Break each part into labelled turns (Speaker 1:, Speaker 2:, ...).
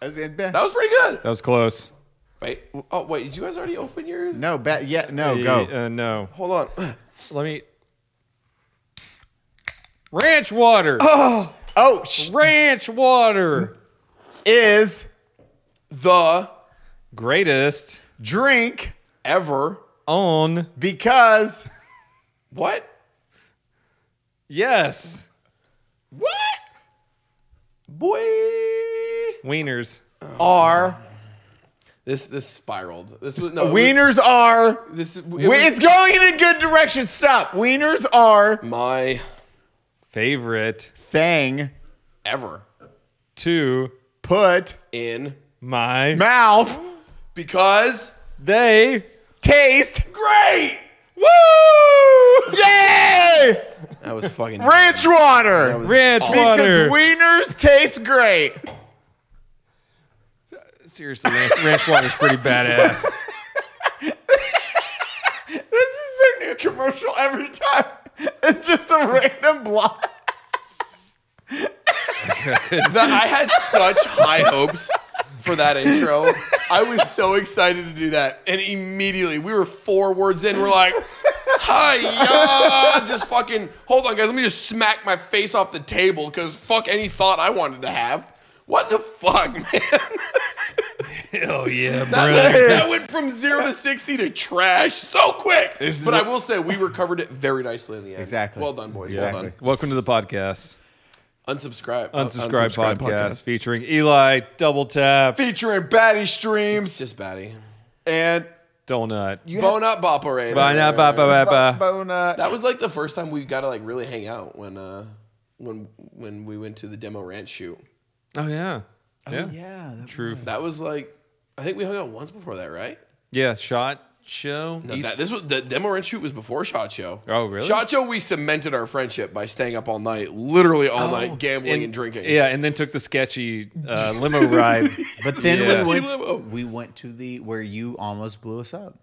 Speaker 1: As in, Ben.
Speaker 2: That was pretty good.
Speaker 3: That was close.
Speaker 2: Wait. Oh, wait. Did you guys already open yours?
Speaker 1: No, bet. Yeah, no,
Speaker 3: Y-
Speaker 1: go.
Speaker 3: Uh, no.
Speaker 2: Hold on.
Speaker 3: Let me. Ranch water.
Speaker 1: oh, sh-
Speaker 3: Ranch water.
Speaker 1: is
Speaker 2: The
Speaker 3: Greatest
Speaker 1: drink
Speaker 2: ever.
Speaker 3: on.
Speaker 1: because
Speaker 2: What?
Speaker 3: Yes.
Speaker 2: What? Boy.
Speaker 3: Wieners.
Speaker 1: are
Speaker 2: This this spiraled. This was no.
Speaker 1: wieners are.
Speaker 2: This is.
Speaker 1: We- it's going in a good direction. Stop. Wieners are
Speaker 2: my
Speaker 3: Favorite
Speaker 1: thing
Speaker 2: ever
Speaker 3: to
Speaker 1: put
Speaker 2: in
Speaker 3: my.
Speaker 1: mouth
Speaker 2: because
Speaker 3: they.
Speaker 1: taste.
Speaker 2: great.
Speaker 1: Woo! Yay!
Speaker 2: That was fucking
Speaker 1: Ranch water.
Speaker 3: Ranch water.
Speaker 1: Because wieners taste great.
Speaker 3: Seriously, ranch, ranch water's pretty badass.
Speaker 1: This is their new commercial every time. It's just a random block.
Speaker 2: That I had such high hopes for that intro. I was so excited to do that, and immediately we were four words in. We're like, "Hi, just fucking hold on, guys. Let me just smack my face off the table because fuck any thought I wanted to have. What the fuck, man?
Speaker 3: Hell yeah, bro.
Speaker 2: that went from zero to sixty to trash so quick. But I will say we recovered it very nicely in the end.
Speaker 1: Exactly.
Speaker 2: Well done, boys. Well
Speaker 1: Exactly.
Speaker 2: done.
Speaker 3: Welcome to the podcast.
Speaker 2: Unsubscribe.
Speaker 3: Unsubscribe, podcast, featuring Eli, Double Tap,
Speaker 1: Featuring Batty
Speaker 2: It's
Speaker 1: Streams
Speaker 2: just batty.
Speaker 1: and
Speaker 3: Donut. You
Speaker 2: Bone up, bop parade.
Speaker 1: Bonut.
Speaker 2: That was like the first time we got to like really hang out when uh when when we went to the demo ranch shoot.
Speaker 3: Oh, yeah. Oh, Yeah.
Speaker 1: Yeah. that-
Speaker 3: True.
Speaker 2: That was like I think we hung out once before that, right?
Speaker 3: Yeah, shot show.
Speaker 2: No,
Speaker 3: Eat-
Speaker 2: that, this was the demo ranch shoot was before Shot Show.
Speaker 3: Oh, really?
Speaker 2: Shot Show, we cemented our friendship by staying up all night, literally all night, gambling and, drinking.
Speaker 3: Oh, Yeah, and then took the sketchy uh, limo ride.
Speaker 4: But then
Speaker 3: Yeah.
Speaker 4: we,
Speaker 2: Limo.
Speaker 4: went, we went to the where you almost blew us up.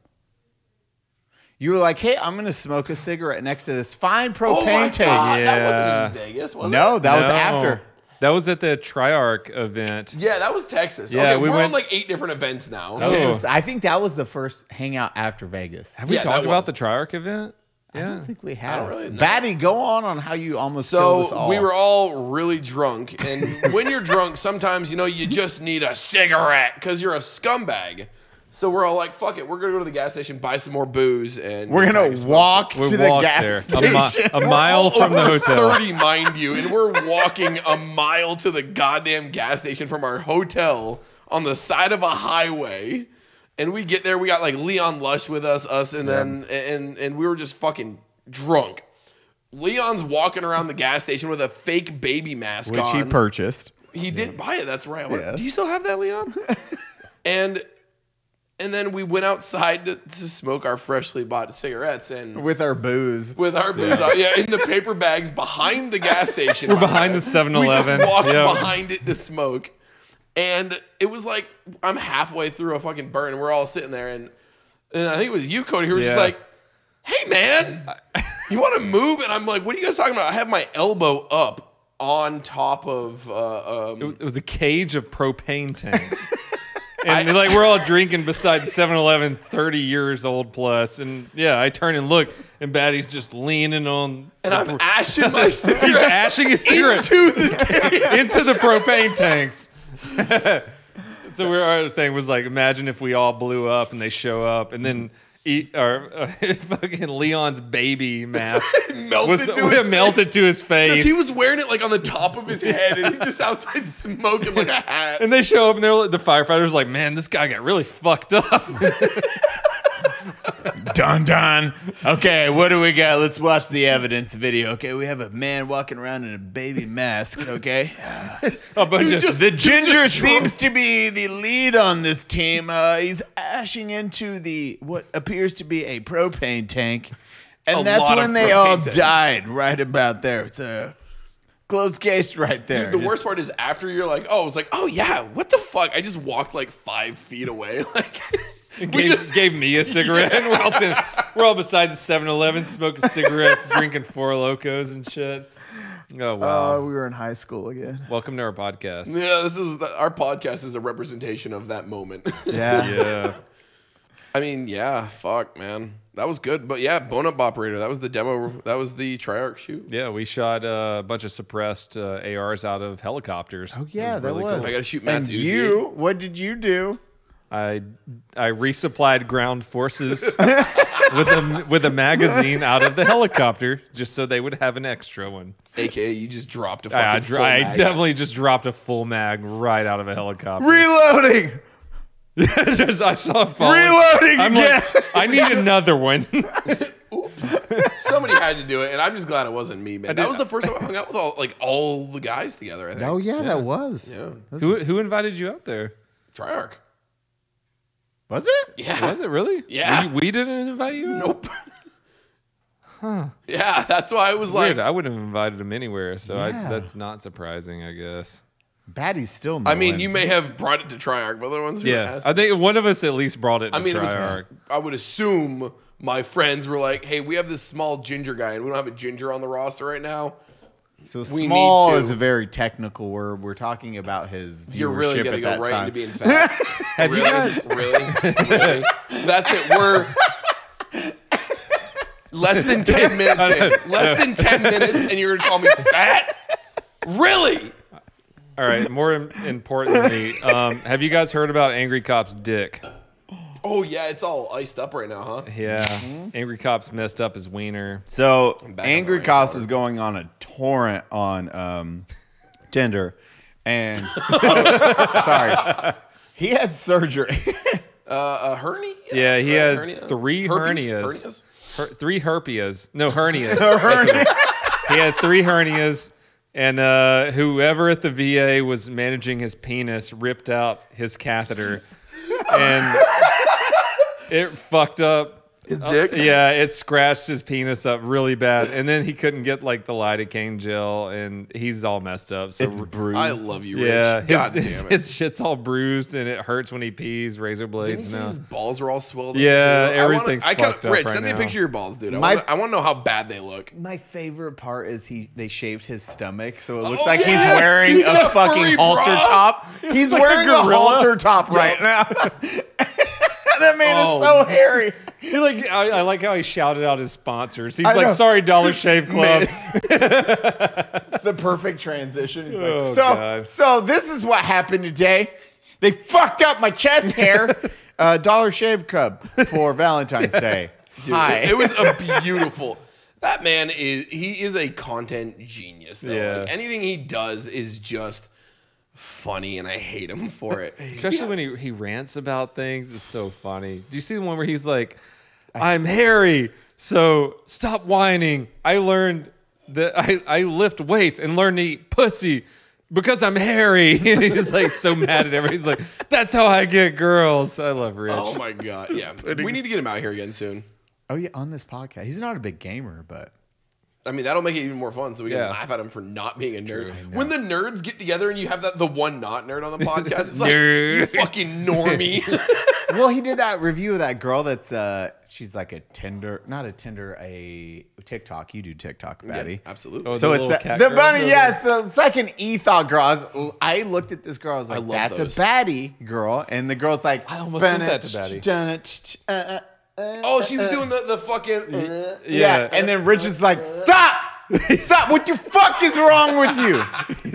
Speaker 4: You were like, "Hey, I'm going to smoke a cigarette next to this fine propane
Speaker 2: Oh my
Speaker 4: tank."
Speaker 2: god,
Speaker 3: Yeah.
Speaker 2: that wasn't in Vegas, was
Speaker 4: No,
Speaker 2: it?
Speaker 4: that was
Speaker 3: No.
Speaker 4: after.
Speaker 3: That was at the Triarch event.
Speaker 2: Yeah, that was Texas.
Speaker 3: Yeah,
Speaker 2: okay,
Speaker 3: we
Speaker 2: we are
Speaker 3: went-
Speaker 2: on like eight different events now.
Speaker 3: That was-
Speaker 4: Yes, I think that was the first hangout after Vegas.
Speaker 3: Have we
Speaker 2: Yeah, that
Speaker 3: talked
Speaker 2: was.
Speaker 3: about the Triarch event?
Speaker 4: I
Speaker 3: Yeah.
Speaker 4: don't think we have.
Speaker 2: really know.
Speaker 4: Batty, go on on how you almost killed us
Speaker 2: So
Speaker 4: all.
Speaker 2: we were all really drunk, and when you're drunk, sometimes you know you just need a cigarette because you're a scumbag. So we're all like, "Fuck it, we're gonna go to the gas station, buy some more booze, and
Speaker 4: We're gonna walk
Speaker 3: We
Speaker 4: to the
Speaker 3: walked
Speaker 4: gas
Speaker 3: there a, mi-
Speaker 4: station.
Speaker 3: a mile from the
Speaker 2: We're
Speaker 3: hotel.
Speaker 2: Thirty, mind you, and we're walking a mile to the goddamn gas station from our hotel on the side of a highway. And we get there, we got like Leon Lush with us, us, and then and and we were just fucking drunk. Leon's walking around the gas station with a fake baby mask
Speaker 1: Which
Speaker 2: on.
Speaker 1: he purchased.
Speaker 2: He did buy it. That's right. I went,
Speaker 1: Yes.
Speaker 2: Do you still have that, Leon? and and then we went outside to, to smoke our freshly bought cigarettes and
Speaker 1: With our booze.
Speaker 2: with our booze out, yeah, in the paper bags behind the gas station. We're
Speaker 3: Behind the 7
Speaker 2: We just
Speaker 3: Eleven.
Speaker 2: walked behind it to smoke, and it was like I'm halfway through a fucking burn, and we're all sitting there, and and I think it was you, Cody, who were just
Speaker 3: Yeah.
Speaker 2: like, "Hey, man, you want to move?" And I'm like, "What are you guys talking about?" I have my elbow up on top of uh, um,
Speaker 3: It was a cage of propane tanks. And like we're all drinking beside 7-Eleven, 30 years old plus, and yeah, I turn and look, and Batty's just leaning on,
Speaker 2: and I'm ashing my
Speaker 3: he's
Speaker 2: cigarette
Speaker 3: ashing his cigarette
Speaker 2: into the
Speaker 3: into the propane tanks. so we our thing was like, imagine if we all blew up and they show up, and then eat our uh, fucking Leon's baby mask
Speaker 2: melted
Speaker 3: was
Speaker 2: into his
Speaker 3: melted to his face.
Speaker 2: Because he was wearing it like on the top of his head, and he's just outside smoking like a hat.
Speaker 3: and they show up, and they're like- the firefighters like, man, this guy got really fucked up.
Speaker 4: Dun dun. Okay, what do we got? Let's watch the evidence video. Okay, we have a man walking around in a baby mask. Okay,
Speaker 3: A bunch of
Speaker 4: the ginger seems to be the lead on this team. Uh, he's ashing into the what appears to be a propane tank, and
Speaker 2: A
Speaker 4: that's
Speaker 2: lot of
Speaker 4: when they all
Speaker 2: propane tanks.
Speaker 4: died. Right about there. It's a closed case right there.
Speaker 2: The worst part is after you're like, oh, it's like, oh yeah, what the fuck? I just walked like five feet away. Like, we
Speaker 3: gave,
Speaker 2: just
Speaker 3: gave me a cigarette. and we're, all sitting- we're all beside the 7 Eleven smoking cigarettes, drinking Four Locos and shit. Oh wow!
Speaker 1: Uh, we were in high school again.
Speaker 3: Welcome to our podcast.
Speaker 2: Yeah, this is the, our podcast is a representation of that moment.
Speaker 1: Yeah.
Speaker 3: Yeah.
Speaker 2: I mean, yeah, fuck, man, that was good. But yeah, Bone Up Operator, that was the demo. That was the triarch shoot.
Speaker 3: Yeah, we shot uh, a bunch of suppressed uh, ARs out of helicopters. Oh
Speaker 1: yeah, that was.
Speaker 2: I gotta shoot Matt's
Speaker 1: and
Speaker 2: Uzi.
Speaker 1: you, what did you do?
Speaker 3: I I resupplied ground forces with a with a magazine out of the helicopter just so they would have an extra one.
Speaker 2: AKA, you just dropped a fucking.
Speaker 3: I, I dr-
Speaker 2: full
Speaker 3: I
Speaker 2: mag.
Speaker 3: definitely just dropped a full mag right out of a helicopter.
Speaker 1: Reloading.
Speaker 3: Just- I saw it falling.
Speaker 1: Reloading
Speaker 3: I'm
Speaker 1: again.
Speaker 3: like, I need another one.
Speaker 2: Somebody had to do it, and I'm just glad it wasn't me, man. That was the first time I hung out with all like all the guys together. I think.
Speaker 1: Oh yeah, that was.
Speaker 2: Yeah.
Speaker 3: who who invited you out there?
Speaker 2: Triarch.
Speaker 1: Was it?
Speaker 2: Yeah.
Speaker 3: Was it really?
Speaker 2: Yeah.
Speaker 3: We, we didn't invite you. out?
Speaker 2: Nope. Yeah, that's why I was like.
Speaker 3: Weird. I wouldn't have invited him anywhere, so I, that's not surprising, I guess.
Speaker 1: Batty's still.
Speaker 2: I mean, you may have brought it to Triarch, but the ones who
Speaker 3: Yeah,
Speaker 2: asked.
Speaker 3: I think one of us at least brought it. To
Speaker 2: I mean, it was,
Speaker 3: Triarch.
Speaker 2: I would assume my friends were like, "Hey, we have this small ginger guy, and we don't have a ginger on the roster right now.
Speaker 1: So
Speaker 2: need
Speaker 1: small
Speaker 2: to-
Speaker 1: is a very technical word. We're talking about his.
Speaker 2: You're really
Speaker 1: viewership
Speaker 2: gonna
Speaker 1: at
Speaker 2: go
Speaker 1: that
Speaker 2: right
Speaker 1: time.
Speaker 2: into being fat.
Speaker 3: Have
Speaker 2: really,
Speaker 3: you guys?
Speaker 2: really, really. That's it. We're less than ten minutes. In. Less than ten minutes, and you're gonna call me fat? Really?
Speaker 3: All right. More im- importantly, um, have you guys heard about Angry Cop's dick?
Speaker 2: Oh yeah, it's all iced up right now, huh?
Speaker 3: Yeah,
Speaker 2: Mm-hmm.
Speaker 3: Angry Cop's messed up his wiener.
Speaker 1: So
Speaker 2: back on
Speaker 1: Angry
Speaker 2: the
Speaker 1: Cops
Speaker 2: rainwater.
Speaker 1: is going on a torrent on um, Tinder, and
Speaker 2: Oh.
Speaker 1: sorry, he had surgery.
Speaker 2: A Uh, hernia?
Speaker 3: Yeah, he
Speaker 2: Right,
Speaker 3: had
Speaker 2: hernia?
Speaker 3: three
Speaker 2: Herpes?
Speaker 3: hernias.
Speaker 2: hernias?
Speaker 3: Her- three herpias. No hernias. That's what- he had three hernias, and uh, whoever at the VA was managing his penis ripped out his catheter, and it fucked up. His
Speaker 2: dick?
Speaker 3: Oh, yeah, it scratched his penis up really bad, and then he couldn't get like the lidocaine gel, and he's all messed up. So
Speaker 1: It's bruised.
Speaker 2: I love you, Rich.
Speaker 3: yeah, his,
Speaker 2: God
Speaker 3: his-
Speaker 2: damn it.
Speaker 3: his shit's all bruised and it hurts when he pees. Razor
Speaker 2: Didn't he
Speaker 3: blades
Speaker 2: say
Speaker 3: now.
Speaker 2: His balls are all swelled.
Speaker 3: Yeah,
Speaker 2: up too? I wanna-
Speaker 3: everything's
Speaker 2: I kinda-
Speaker 3: fucked up
Speaker 2: Rich,
Speaker 3: right
Speaker 2: send me a
Speaker 3: now.
Speaker 2: picture of your balls, dude. I
Speaker 1: My-
Speaker 2: wanna- I want to know how bad they look.
Speaker 1: My favorite part is he they shaved his stomach, so it looks
Speaker 2: Oh,
Speaker 1: like he's
Speaker 2: yeah!
Speaker 1: wearing
Speaker 2: He's got
Speaker 1: a
Speaker 2: a furry
Speaker 1: fucking halter
Speaker 2: bra.
Speaker 1: top. He's
Speaker 3: like a
Speaker 1: wearing a,
Speaker 3: gorilla.
Speaker 1: halter top right now. that made
Speaker 3: Oh.
Speaker 1: it so hairy.
Speaker 3: He like I, I like how he shouted out his sponsors. He's
Speaker 1: I
Speaker 3: like,
Speaker 1: know.
Speaker 3: "Sorry, Dollar Shave Club."
Speaker 1: It's the perfect transition. He's like,
Speaker 3: Oh,
Speaker 1: so,
Speaker 3: God.
Speaker 1: so this is what happened today. They fucked up my chest hair. uh, Dollar Shave Club for Valentine's Day. Hi.
Speaker 2: It, it was a beautiful. that man is he is a content genius. Though.
Speaker 3: Yeah.
Speaker 2: Like, anything he does is just funny, and I hate him for it.
Speaker 3: Especially when he, he rants about things, it's so funny. Do you see the one where he's like, "I'm hairy, so stop whining. I learned that I, I lift weights and learn to eat pussy." Because I'm hairy, and he's like so mad at everybody. He's like, "That's how I get girls." I love Rich.
Speaker 2: oh my god! Yeah, we need to get him out here again soon.
Speaker 1: oh yeah, on this podcast, he's not a big gamer, but
Speaker 2: I mean, that'll make it even more fun, so we can
Speaker 3: Yeah.
Speaker 2: laugh at him for not being a nerd. When the nerds get together and you have that the one not nerd on the podcast, it's like you
Speaker 3: Nerd.
Speaker 2: fucking normie.
Speaker 1: well, he did that review of that girl that's uh, she's like a Tinder, not a Tinder, a TikTok. You do TikTok, Batty.
Speaker 2: Yeah, absolutely.
Speaker 3: Oh, the
Speaker 1: So it's
Speaker 3: little
Speaker 1: that,
Speaker 3: cat
Speaker 1: the
Speaker 3: girl?
Speaker 1: bunny,
Speaker 3: The
Speaker 1: yes, the second ethos girl. I, was- I looked at this girl. I was like,
Speaker 2: love
Speaker 1: "That's
Speaker 2: those.
Speaker 1: a baddie girl," and the girl's like, "I
Speaker 3: almost sent that to baddie.
Speaker 1: baddie."
Speaker 2: oh, she was doing the the fucking. uh,
Speaker 1: Yeah.
Speaker 3: Yeah.
Speaker 1: and then Rich is like, "Stop, stop! What the fuck is wrong with you?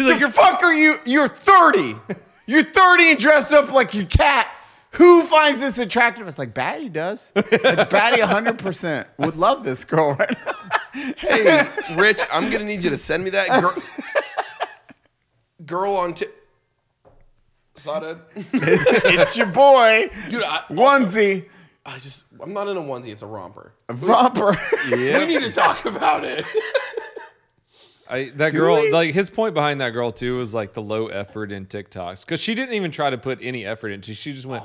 Speaker 1: like, the fuck are you? You're 30. You're 30 and dressed up like your cat." Who finds this attractive? It's like Batty does. Like, Batty 100% would love this girl right now.
Speaker 2: hey, Rich, I'm gonna need you to send me that girl. girl on tip. Sada,
Speaker 1: It's your boy,
Speaker 2: dude. I,
Speaker 1: onesie,
Speaker 2: I just, I'm not in a onesie. It's a romper.
Speaker 1: romper.
Speaker 2: We need to talk about it.
Speaker 3: I, that girl, like his point behind that girl too, was like the low effort in TikToks because she didn't even try to put any effort into. She just
Speaker 2: Oh,
Speaker 3: went.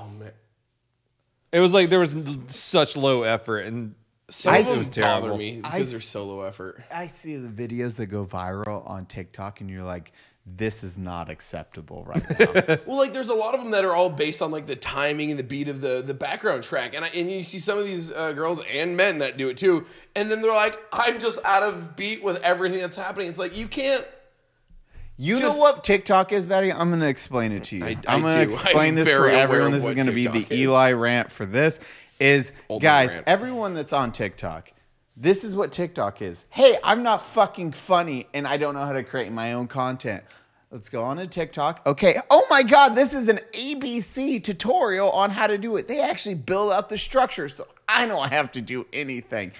Speaker 3: It was like there was n- such low effort, and
Speaker 2: Some
Speaker 1: I-
Speaker 2: of
Speaker 1: it
Speaker 2: them
Speaker 1: was
Speaker 2: bother
Speaker 3: terrible.
Speaker 2: me
Speaker 1: I
Speaker 2: because they're
Speaker 1: s-
Speaker 2: solo effort.
Speaker 1: I see the videos that go viral on TikTok, and you're like,
Speaker 4: this is not acceptable right now.
Speaker 2: Well, like there's a lot of them that are all based on like the timing and the beat of the the background track, and I, and you see some of these uh, girls and men that do it too, and then they're like, I'm just out of beat with everything that's happening. It's like you can't.
Speaker 1: You
Speaker 2: Just-
Speaker 1: know what TikTok is, Betty? I'm going to explain it to you. I,
Speaker 2: I
Speaker 1: am going to
Speaker 2: do.
Speaker 1: explain
Speaker 2: I'm
Speaker 1: this for
Speaker 2: very aware
Speaker 1: everyone.
Speaker 2: of
Speaker 1: This is
Speaker 2: what
Speaker 1: going to be the
Speaker 2: TikTok is.
Speaker 1: Eli rant for this. Is
Speaker 2: Old man
Speaker 1: guys,
Speaker 2: rant.
Speaker 1: everyone that's on TikTok, this is what TikTok is. Hey, I'm not fucking funny, and I don't know how to create my own content. Let's go on to TikTok. Okay. Oh my God, this is an ABC tutorial on how to do it. They actually build out the structure, so I don't have to do anything.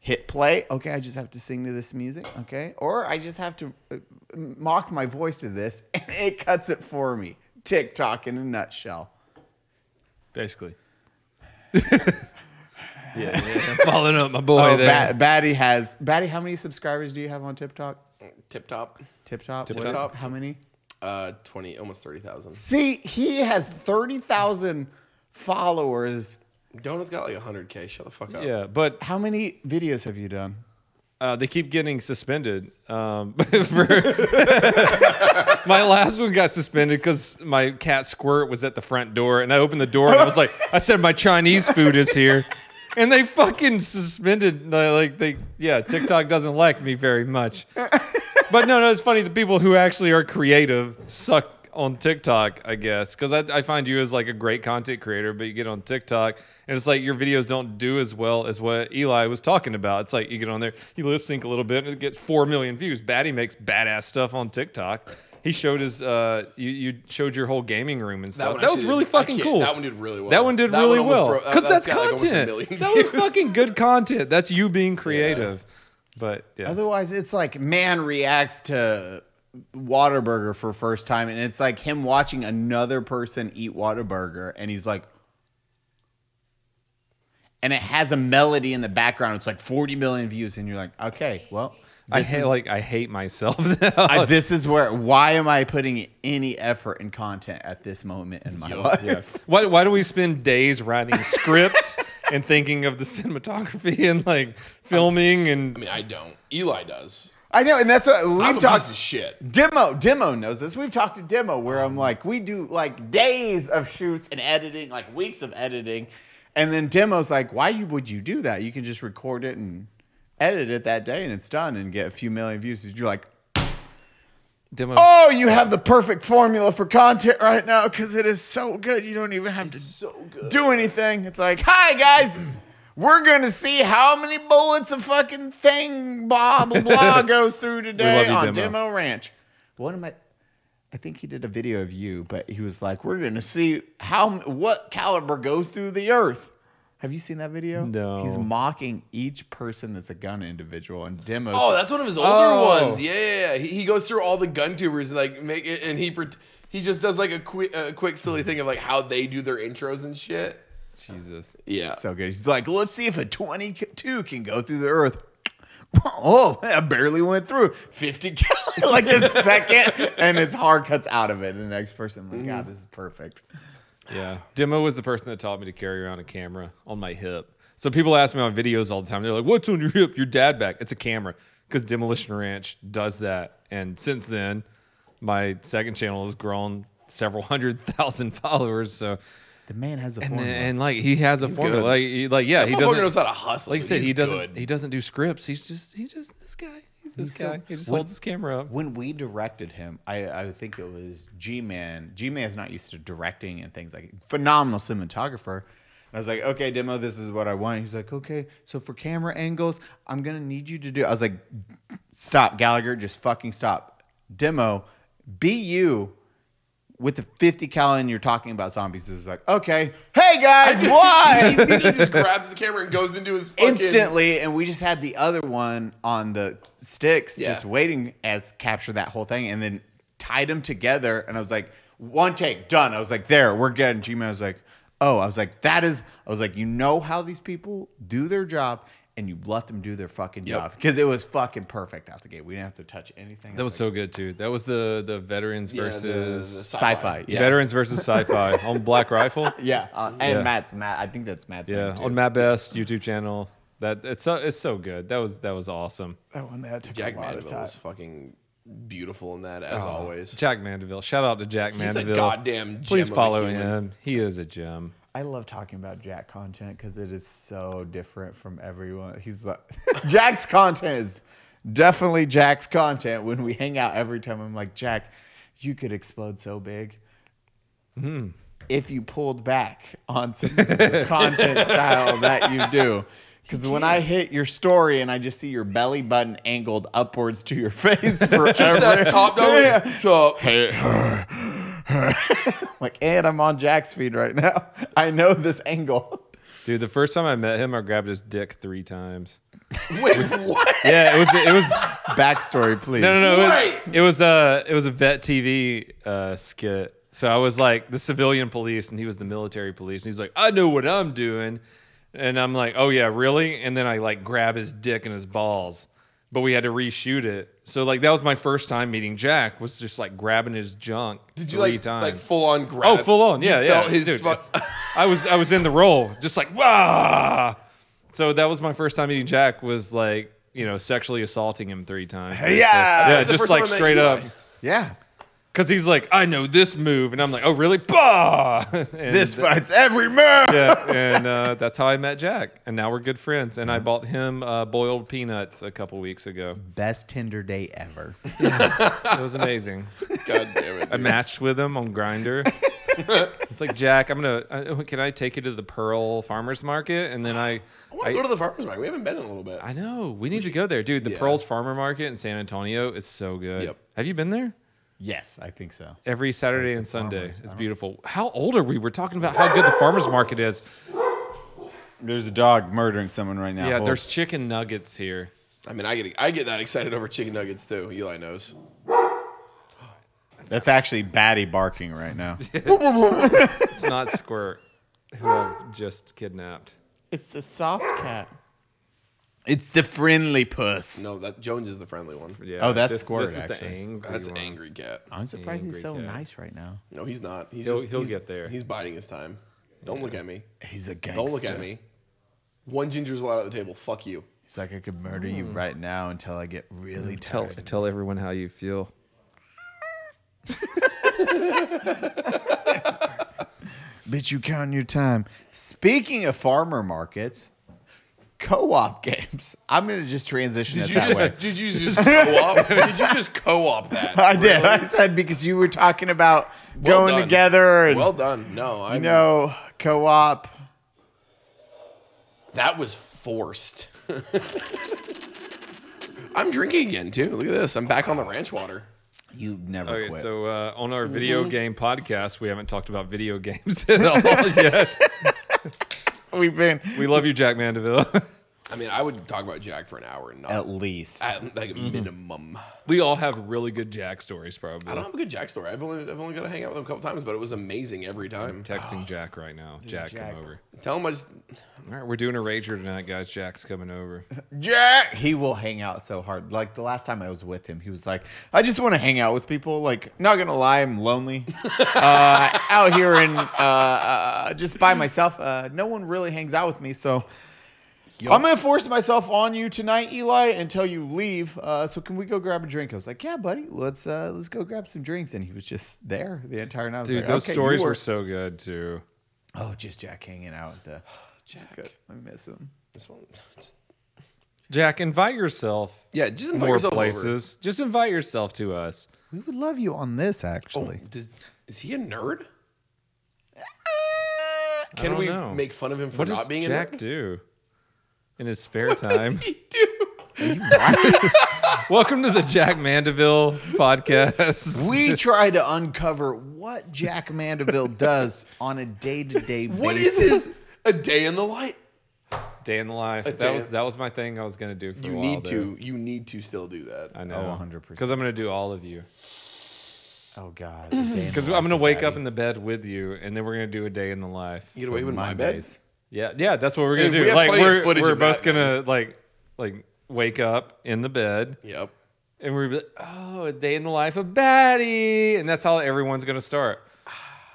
Speaker 1: Hit play. Okay, I just have to sing to this music. Okay, or I just have to uh, mock my voice to this, and it cuts it for me. TikTok in a nutshell.
Speaker 3: Basically. yeah, Following up my boy
Speaker 1: Oh,
Speaker 3: there.
Speaker 1: ba- Batty has Batty. How many subscribers do you have on TikTok?
Speaker 2: Tip top,
Speaker 1: Tip top.
Speaker 3: Tip
Speaker 1: What-
Speaker 2: Top.
Speaker 1: How many?
Speaker 2: uh, twenty, almost thirty thousand.
Speaker 1: See, he has thirty thousand followers.
Speaker 2: Donut's got like hundred k. Shut the fuck up.
Speaker 3: Yeah, but
Speaker 1: How many videos have you done?
Speaker 3: uh, they keep getting suspended. Um, for my last one got suspended because my cat Squirt was at the front door, and I opened the door and I was like, I said my Chinese food is here, and they fucking suspended. they- Like they, yeah, TikTok doesn't like me very much. But no, no, it's funny. The people who actually are creative suck on TikTok, I guess, because I, I find you as like a great content creator, but you get on TikTok and it's like your videos don't do as well as what Eli was talking about. It's like you get on there, you lip sync a little bit, and it gets four million views. Batty makes badass stuff on TikTok. He showed his, uh, you, you showed your whole gaming room and stuff. That,
Speaker 2: one
Speaker 3: was
Speaker 2: actually
Speaker 3: really
Speaker 2: did- I
Speaker 3: fucking
Speaker 2: can't-
Speaker 3: cool.
Speaker 2: that one did really well.
Speaker 3: That one did
Speaker 2: That
Speaker 3: really
Speaker 2: one almost
Speaker 3: well
Speaker 2: broke- that-
Speaker 3: because that's
Speaker 2: that's got like almost a
Speaker 3: content.
Speaker 2: million
Speaker 3: that was
Speaker 2: views.
Speaker 3: fucking good content. That's you being creative. But yeah.
Speaker 1: Otherwise, it's like man reacts to Whataburger for first time, and it's like him watching another person eat Whataburger, and he's like, and it has a melody in the background. It's like 40 million views, and you're like, okay, well,
Speaker 3: I
Speaker 1: this
Speaker 3: hate
Speaker 1: is-
Speaker 3: like I hate myself now.
Speaker 1: I- this is where. Why am I putting any effort and content at this moment in my life?
Speaker 3: Yeah. Why, why do we spend days writing scripts and thinking of the cinematography and like filming and
Speaker 2: I mean, I don't. Eli does.
Speaker 1: I know, and that's what
Speaker 2: I'm
Speaker 1: we've
Speaker 2: a
Speaker 1: talked.
Speaker 2: piece of shit.
Speaker 1: Demo, Demo knows this. We've talked to Demo where I'm like, we do like days of shoots and editing, like weeks of editing, and then Demo's like, why you, would you do that? You can just record it and edit it that day, and it's done, and get a few million views. And you're like,
Speaker 3: demo?
Speaker 1: oh, you have the perfect formula for content right now because it is so good. You don't even have to
Speaker 2: So good.
Speaker 1: do anything. It's like, hi guys, we're gonna see how many bullets of fucking thing blah blah blah goes through today
Speaker 3: you,
Speaker 1: on
Speaker 3: Demo.
Speaker 1: Demo. Ranch. One of my, I think he did a video of you, but he was like, we're gonna see how what caliber goes through the earth. Have you seen that video?
Speaker 3: No.
Speaker 1: He's mocking each person that's a gun individual and demos.
Speaker 2: Oh, that's one of his older
Speaker 3: Oh.
Speaker 2: ones. Yeah, yeah, yeah. He, he goes through all the gun tubers and like make it, and he pret- he just does like a quick, a quick silly thing of like how they do their intros and shit.
Speaker 3: Jesus.
Speaker 2: Yeah.
Speaker 1: so good. He's like, let's see if a 22 can go through the earth. Oh, I barely went through 50 cal- like a second, and it's hard cuts out of it. And the next person, I'm like, God, this is perfect.
Speaker 3: Yeah. Demo was the person that taught me to carry around a camera on my hip. So people ask me on videos all the time. They're like, "What's on your hip? Your dad back? It's a camera." Because Demolition Ranch does that, and since then, my second channel has grown several hundred thousand followers. So
Speaker 1: The man has a
Speaker 3: and,
Speaker 1: formula.
Speaker 3: and like he has a formula.
Speaker 2: good.
Speaker 3: Like, he- like yeah,
Speaker 2: That
Speaker 3: he
Speaker 2: motherfucker
Speaker 3: doesn't
Speaker 2: knows how to hustle.
Speaker 3: like I
Speaker 2: dude.
Speaker 3: said, he
Speaker 2: He's
Speaker 3: doesn't
Speaker 2: good.
Speaker 3: he doesn't do scripts. He's just he just this guy. He's this
Speaker 1: He's so-
Speaker 3: guy. he just
Speaker 1: what-
Speaker 3: holds his camera up.
Speaker 1: when we directed him, I, I think it was G Man. G Man's not used to directing and things like phenomenal cinematographer. And I was like, okay, demo, this is what I want. He's like, okay, so for camera angles, I'm gonna need you to do. I was like, stop, Gallagher, just fucking stop. Demo, be you with the 50 cal and you're talking about zombies. It was like, okay, hey guys, why?
Speaker 2: he, he just grabs the camera and goes into his fucking,
Speaker 1: instantly and we just had the other one on the sticks
Speaker 2: Yeah.
Speaker 1: just waiting as capture that whole thing and then tied them together and i was like one take done i was like there we're good and g-man was like oh i was like that is i was like you know how these people do their job and you let them do their fucking
Speaker 2: Yep.
Speaker 1: job because it was fucking perfect out the gate we didn't have to touch anything
Speaker 3: That was so good too. That was the the veterans
Speaker 2: Yeah, the-
Speaker 3: versus
Speaker 2: the
Speaker 1: sci-fi yeah
Speaker 3: veterans versus sci-fi on Black Rifle.
Speaker 1: yeah uh, and
Speaker 3: Yeah.
Speaker 1: matt's matt i think that's matt's
Speaker 3: Yeah,
Speaker 1: one, too.
Speaker 3: on my best YouTube channel. That it's so it's so good. That was that was awesome.
Speaker 4: that one that took
Speaker 2: Jack
Speaker 4: a lot of
Speaker 2: Mandeville
Speaker 4: time.
Speaker 2: was fucking beautiful in that
Speaker 3: Oh,
Speaker 2: as always.
Speaker 3: Jack Mandeville. Shout out to Jack
Speaker 2: He's a
Speaker 3: Mandeville.
Speaker 2: goddamn gem
Speaker 3: Please
Speaker 2: of a
Speaker 3: follow
Speaker 2: human.
Speaker 3: him. He is a gem.
Speaker 1: I love talking about Jack content because it is so different from everyone. He's like, Jack's content is definitely Jack's content. When we hang out every time, I'm like, Jack, you could explode so big
Speaker 3: Mm-hmm.
Speaker 1: if you pulled back on some of the content style that you do. Because when I hit your story and I just see your belly button angled upwards to your face forever,
Speaker 2: That top down. So
Speaker 1: like, and I'm on Jack's feed right now. I know this angle.
Speaker 3: Dude, the first time I met him, I grabbed his dick three times.
Speaker 2: wait, what?
Speaker 3: Yeah, it was it was
Speaker 1: Backstory, please.
Speaker 3: no no no
Speaker 2: Right.
Speaker 3: it was, it was a it was a vet TV uh, skit. So I was like the civilian police, and he was the military police. And he's like, I know what I'm doing, and I'm like, oh yeah, really? And then I like grab his dick and his balls, but we had to reshoot it. So like that was my first time meeting Jack. Was just like grabbing his junk.
Speaker 2: Did you
Speaker 3: three
Speaker 2: like
Speaker 3: times.
Speaker 2: like full on grab?
Speaker 3: Oh, full on. Yeah,
Speaker 2: you
Speaker 3: yeah.
Speaker 2: Felt his
Speaker 3: Dude,
Speaker 2: fu-
Speaker 3: it's- I was I was in the role, just like wow. So that was my first time meeting Jack. Was like you know sexually assaulting him three times. basically.
Speaker 1: Yeah.
Speaker 3: yeah,
Speaker 2: That's the
Speaker 3: just
Speaker 2: first
Speaker 3: like
Speaker 2: time I met
Speaker 3: straight up.
Speaker 2: Eli.
Speaker 1: Yeah.
Speaker 3: Because he's like, I know this move, and I'm like, oh really? Bah. And,
Speaker 1: This fights every man.
Speaker 3: yeah, and uh, that's how I met Jack, and now we're good friends. And I
Speaker 2: Mm-hmm.
Speaker 3: bought him uh, boiled peanuts a couple weeks ago.
Speaker 1: Best Tinder day ever.
Speaker 3: It was amazing.
Speaker 2: God damn it.
Speaker 3: I matched with him on Grinder. it's like Jack, I'm gonna. Uh, can I take you to the Pearl Farmers Market? And then
Speaker 2: I
Speaker 3: I,
Speaker 2: want to go to the farmers market. We haven't been in a little bit.
Speaker 3: I know we need to go there, dude. The
Speaker 2: Yeah.
Speaker 3: Pearls Farmer Market in San Antonio is so good.
Speaker 2: Yep.
Speaker 3: Have you been there?
Speaker 1: Yes, I think so.
Speaker 3: Every Saturday and Sunday, it's beautiful. How old are we? We're talking about how good the farmers market is.
Speaker 1: There's a dog murdering someone right now.
Speaker 3: Yeah,
Speaker 1: Hold-
Speaker 3: there's chicken nuggets here.
Speaker 2: I mean, I get I get that excited over chicken nuggets too. Eli knows.
Speaker 1: that's actually Batty barking right now.
Speaker 3: It's not Squirt, who I've just kidnapped.
Speaker 1: it's the soft cat. It's the friendly puss.
Speaker 2: No, that Jones is the friendly one.
Speaker 3: Yeah,
Speaker 1: Oh, that's
Speaker 3: this,
Speaker 1: Squirt,
Speaker 3: This is the
Speaker 1: actually.
Speaker 3: angry
Speaker 2: That's
Speaker 3: one.
Speaker 2: angry cat.
Speaker 1: I'm surprised he's
Speaker 3: Angry
Speaker 1: so
Speaker 3: cat.
Speaker 1: nice right now.
Speaker 2: No, he's not. He's
Speaker 3: He'll-
Speaker 2: just-
Speaker 3: he'll
Speaker 2: he's-
Speaker 3: get there.
Speaker 2: He's biding his time. Don't look at me.
Speaker 1: He's a gangster.
Speaker 2: Don't look at me. One ginger's allowed at the table. Fuck you.
Speaker 1: He's like, I could murder you right now until I get really
Speaker 3: Tell
Speaker 1: tired.
Speaker 3: tell everyone how you feel.
Speaker 1: Bitch, you count your time. Speaking of farmer markets, co-op games. I'm gonna just transition it
Speaker 2: Did you
Speaker 1: that
Speaker 2: just
Speaker 1: way.
Speaker 2: did you just co-op? did you just co-op that?
Speaker 1: I did. I said because you were talking about
Speaker 2: Well
Speaker 1: going
Speaker 2: done.
Speaker 1: together and
Speaker 2: Well done. No, I
Speaker 1: you know co-op.
Speaker 2: that was forced. I'm drinking again too. Look at this. I'm back on the ranch water.
Speaker 1: You never
Speaker 3: Okay,
Speaker 1: quit.
Speaker 3: so uh, on our video game podcast, we haven't talked about video games at all yet.
Speaker 1: We've been
Speaker 3: we love you, Jack Mandeville.
Speaker 2: I mean, I would talk about Jack for an hour and not
Speaker 1: at least.
Speaker 2: at like a
Speaker 3: Mm-hmm.
Speaker 2: minimum.
Speaker 3: we all have really good Jack stories, probably.
Speaker 2: I don't have a good Jack story. I've only I've only got to hang out with him a couple times, but it was amazing every time.
Speaker 3: texting Jack right now. Jack,
Speaker 1: Jack.
Speaker 3: come over.
Speaker 2: Tell him I just
Speaker 3: All right, we're doing a rager tonight, guys. Jack's coming over.
Speaker 1: Jack, he will hang out so hard. Like the last time I was with him, he was like, "I just want to hang out with people." Like, not gonna lie, I'm lonely uh, out here and uh, uh, just by myself. Uh, no one really hangs out with me, so I'm gonna force myself on you tonight, Eli, until you leave. Uh, so can we go grab a drink? I was like, "Yeah, buddy, let's uh, let's go grab some drinks." And he was just there the entire night. I was
Speaker 3: Dude,
Speaker 1: like,
Speaker 3: those
Speaker 1: "Okay, you
Speaker 3: stories were
Speaker 1: were-
Speaker 3: so good too.
Speaker 1: oh, just Jack hanging out with the
Speaker 2: Jack.
Speaker 1: Good. I miss him.
Speaker 2: This one, just,
Speaker 3: Jack, invite yourself
Speaker 2: yeah, just invite
Speaker 3: more
Speaker 2: yourself Over.
Speaker 3: places. Just invite yourself to us.
Speaker 1: We would love you on this, actually.
Speaker 2: Does, is he a nerd? Can
Speaker 3: don't
Speaker 2: we
Speaker 3: know.
Speaker 2: make fun of him for
Speaker 3: What
Speaker 2: not
Speaker 3: does
Speaker 2: being a
Speaker 3: Jack
Speaker 2: nerd?
Speaker 3: do in his spare time?
Speaker 2: He do.
Speaker 3: Welcome to the Jack Mandeville podcast.
Speaker 1: We try to uncover what Jack Mandeville does on a day-to-day basis.
Speaker 2: What is his a day in the light?
Speaker 3: Day in the life. That
Speaker 2: day-
Speaker 3: was that was my thing. I was gonna do for
Speaker 2: You
Speaker 3: a while.
Speaker 2: need
Speaker 3: there.
Speaker 2: to. You need to still do that.
Speaker 3: I
Speaker 1: Oh,
Speaker 3: know.
Speaker 1: 100%.
Speaker 3: Because I'm gonna do all of you.
Speaker 1: Oh God!
Speaker 2: Mm-hmm.
Speaker 1: Because
Speaker 3: Because I'm gonna wake up in the bed with you, and then we're gonna do a day in the life.
Speaker 2: You get away with my bed.
Speaker 1: Mondays.
Speaker 3: Yeah, yeah, that's what we're gonna
Speaker 2: Hey, we
Speaker 3: do.
Speaker 2: have
Speaker 3: like
Speaker 2: plenty of
Speaker 3: we're
Speaker 2: footage
Speaker 3: we're
Speaker 2: of that,
Speaker 3: both gonna like like wake up in the bed,
Speaker 2: Yep.
Speaker 3: and we're gonna be like, oh, a day in the life of Batty, and that's how everyone's gonna start.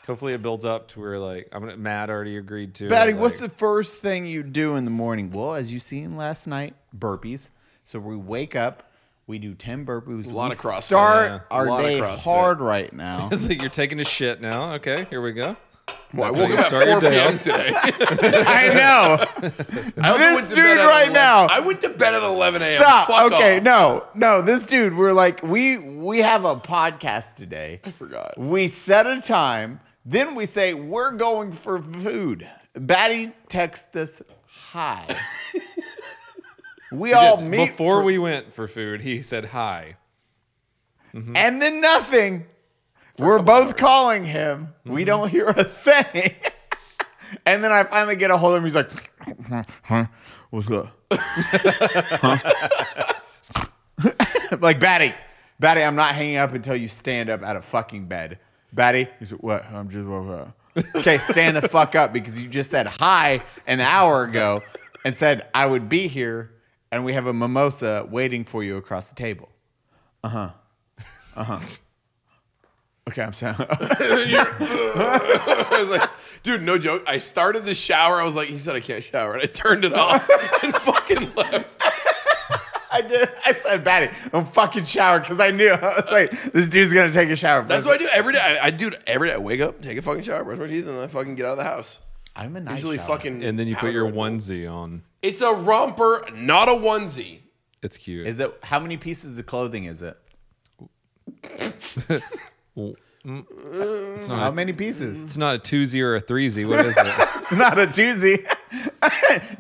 Speaker 3: Hopefully, it builds up to where like I'm gonna. Matt already agreed to. it,
Speaker 1: Batty, what's the
Speaker 3: like-
Speaker 1: first thing you do in the morning? Well, as you seen last night, burpees. So we wake up, We do ten burpees. A
Speaker 2: lot
Speaker 1: we
Speaker 2: of CrossFit.
Speaker 1: Start
Speaker 3: Yeah.
Speaker 1: our
Speaker 2: A lot of
Speaker 1: day
Speaker 2: CrossFit.
Speaker 1: hard right now.
Speaker 3: It's like you're taking a shit now. Okay, here we go.
Speaker 2: Well, I
Speaker 3: That's how
Speaker 2: woke
Speaker 3: you
Speaker 2: up
Speaker 3: start
Speaker 2: at
Speaker 3: your
Speaker 2: 4
Speaker 3: day.
Speaker 2: p.m. today.
Speaker 1: I know.
Speaker 2: I also
Speaker 1: This
Speaker 2: went to
Speaker 1: dude
Speaker 2: bed at
Speaker 1: right
Speaker 2: 11
Speaker 1: now.
Speaker 2: I went to bed at 11 a.m.
Speaker 1: Stop.
Speaker 2: Fuck
Speaker 1: okay,
Speaker 2: off.
Speaker 1: no, no. This dude, we're like, we we have a podcast today. I
Speaker 2: forgot.
Speaker 1: We set a time, then we say we're going for food. Batty texts us hi. we all meet
Speaker 3: Before we went for food, he said hi.
Speaker 1: and then nothing. We're both calling him. We don't hear a thing. and then I finally get a hold of him. He's like, huh? What's up? Huh? like, Batty, Batty, I'm not hanging up until you stand up out of fucking bed. Batty, he's like, what? I'm just woke up. okay, stand the fuck up because you just said hi an hour ago and said I would be here and we have a mimosa waiting for you across the table. Okay, I'm saying.
Speaker 2: I was like, dude, no joke. I started the shower. I was like, he said I can't shower, and I turned it off and fucking left.
Speaker 1: I did. I said, Batty, I'm fucking shower because I knew. I was like, this dude's gonna take a shower.
Speaker 2: That's what I do every day. I, I do it every day. I wake up, take a fucking shower, brush my teeth, and then I fucking get out of the house.
Speaker 1: I'm a night
Speaker 2: Usually,
Speaker 1: shower.
Speaker 2: fucking.
Speaker 3: And then you put your onesie on.
Speaker 2: It's a romper, not a onesie.
Speaker 3: It's cute.
Speaker 1: Is it how many pieces of clothing is it?
Speaker 3: it's,
Speaker 1: How
Speaker 3: not a,
Speaker 1: many pieces?
Speaker 3: it's not a twosie or a threesie. What is it?
Speaker 1: Not a doozy.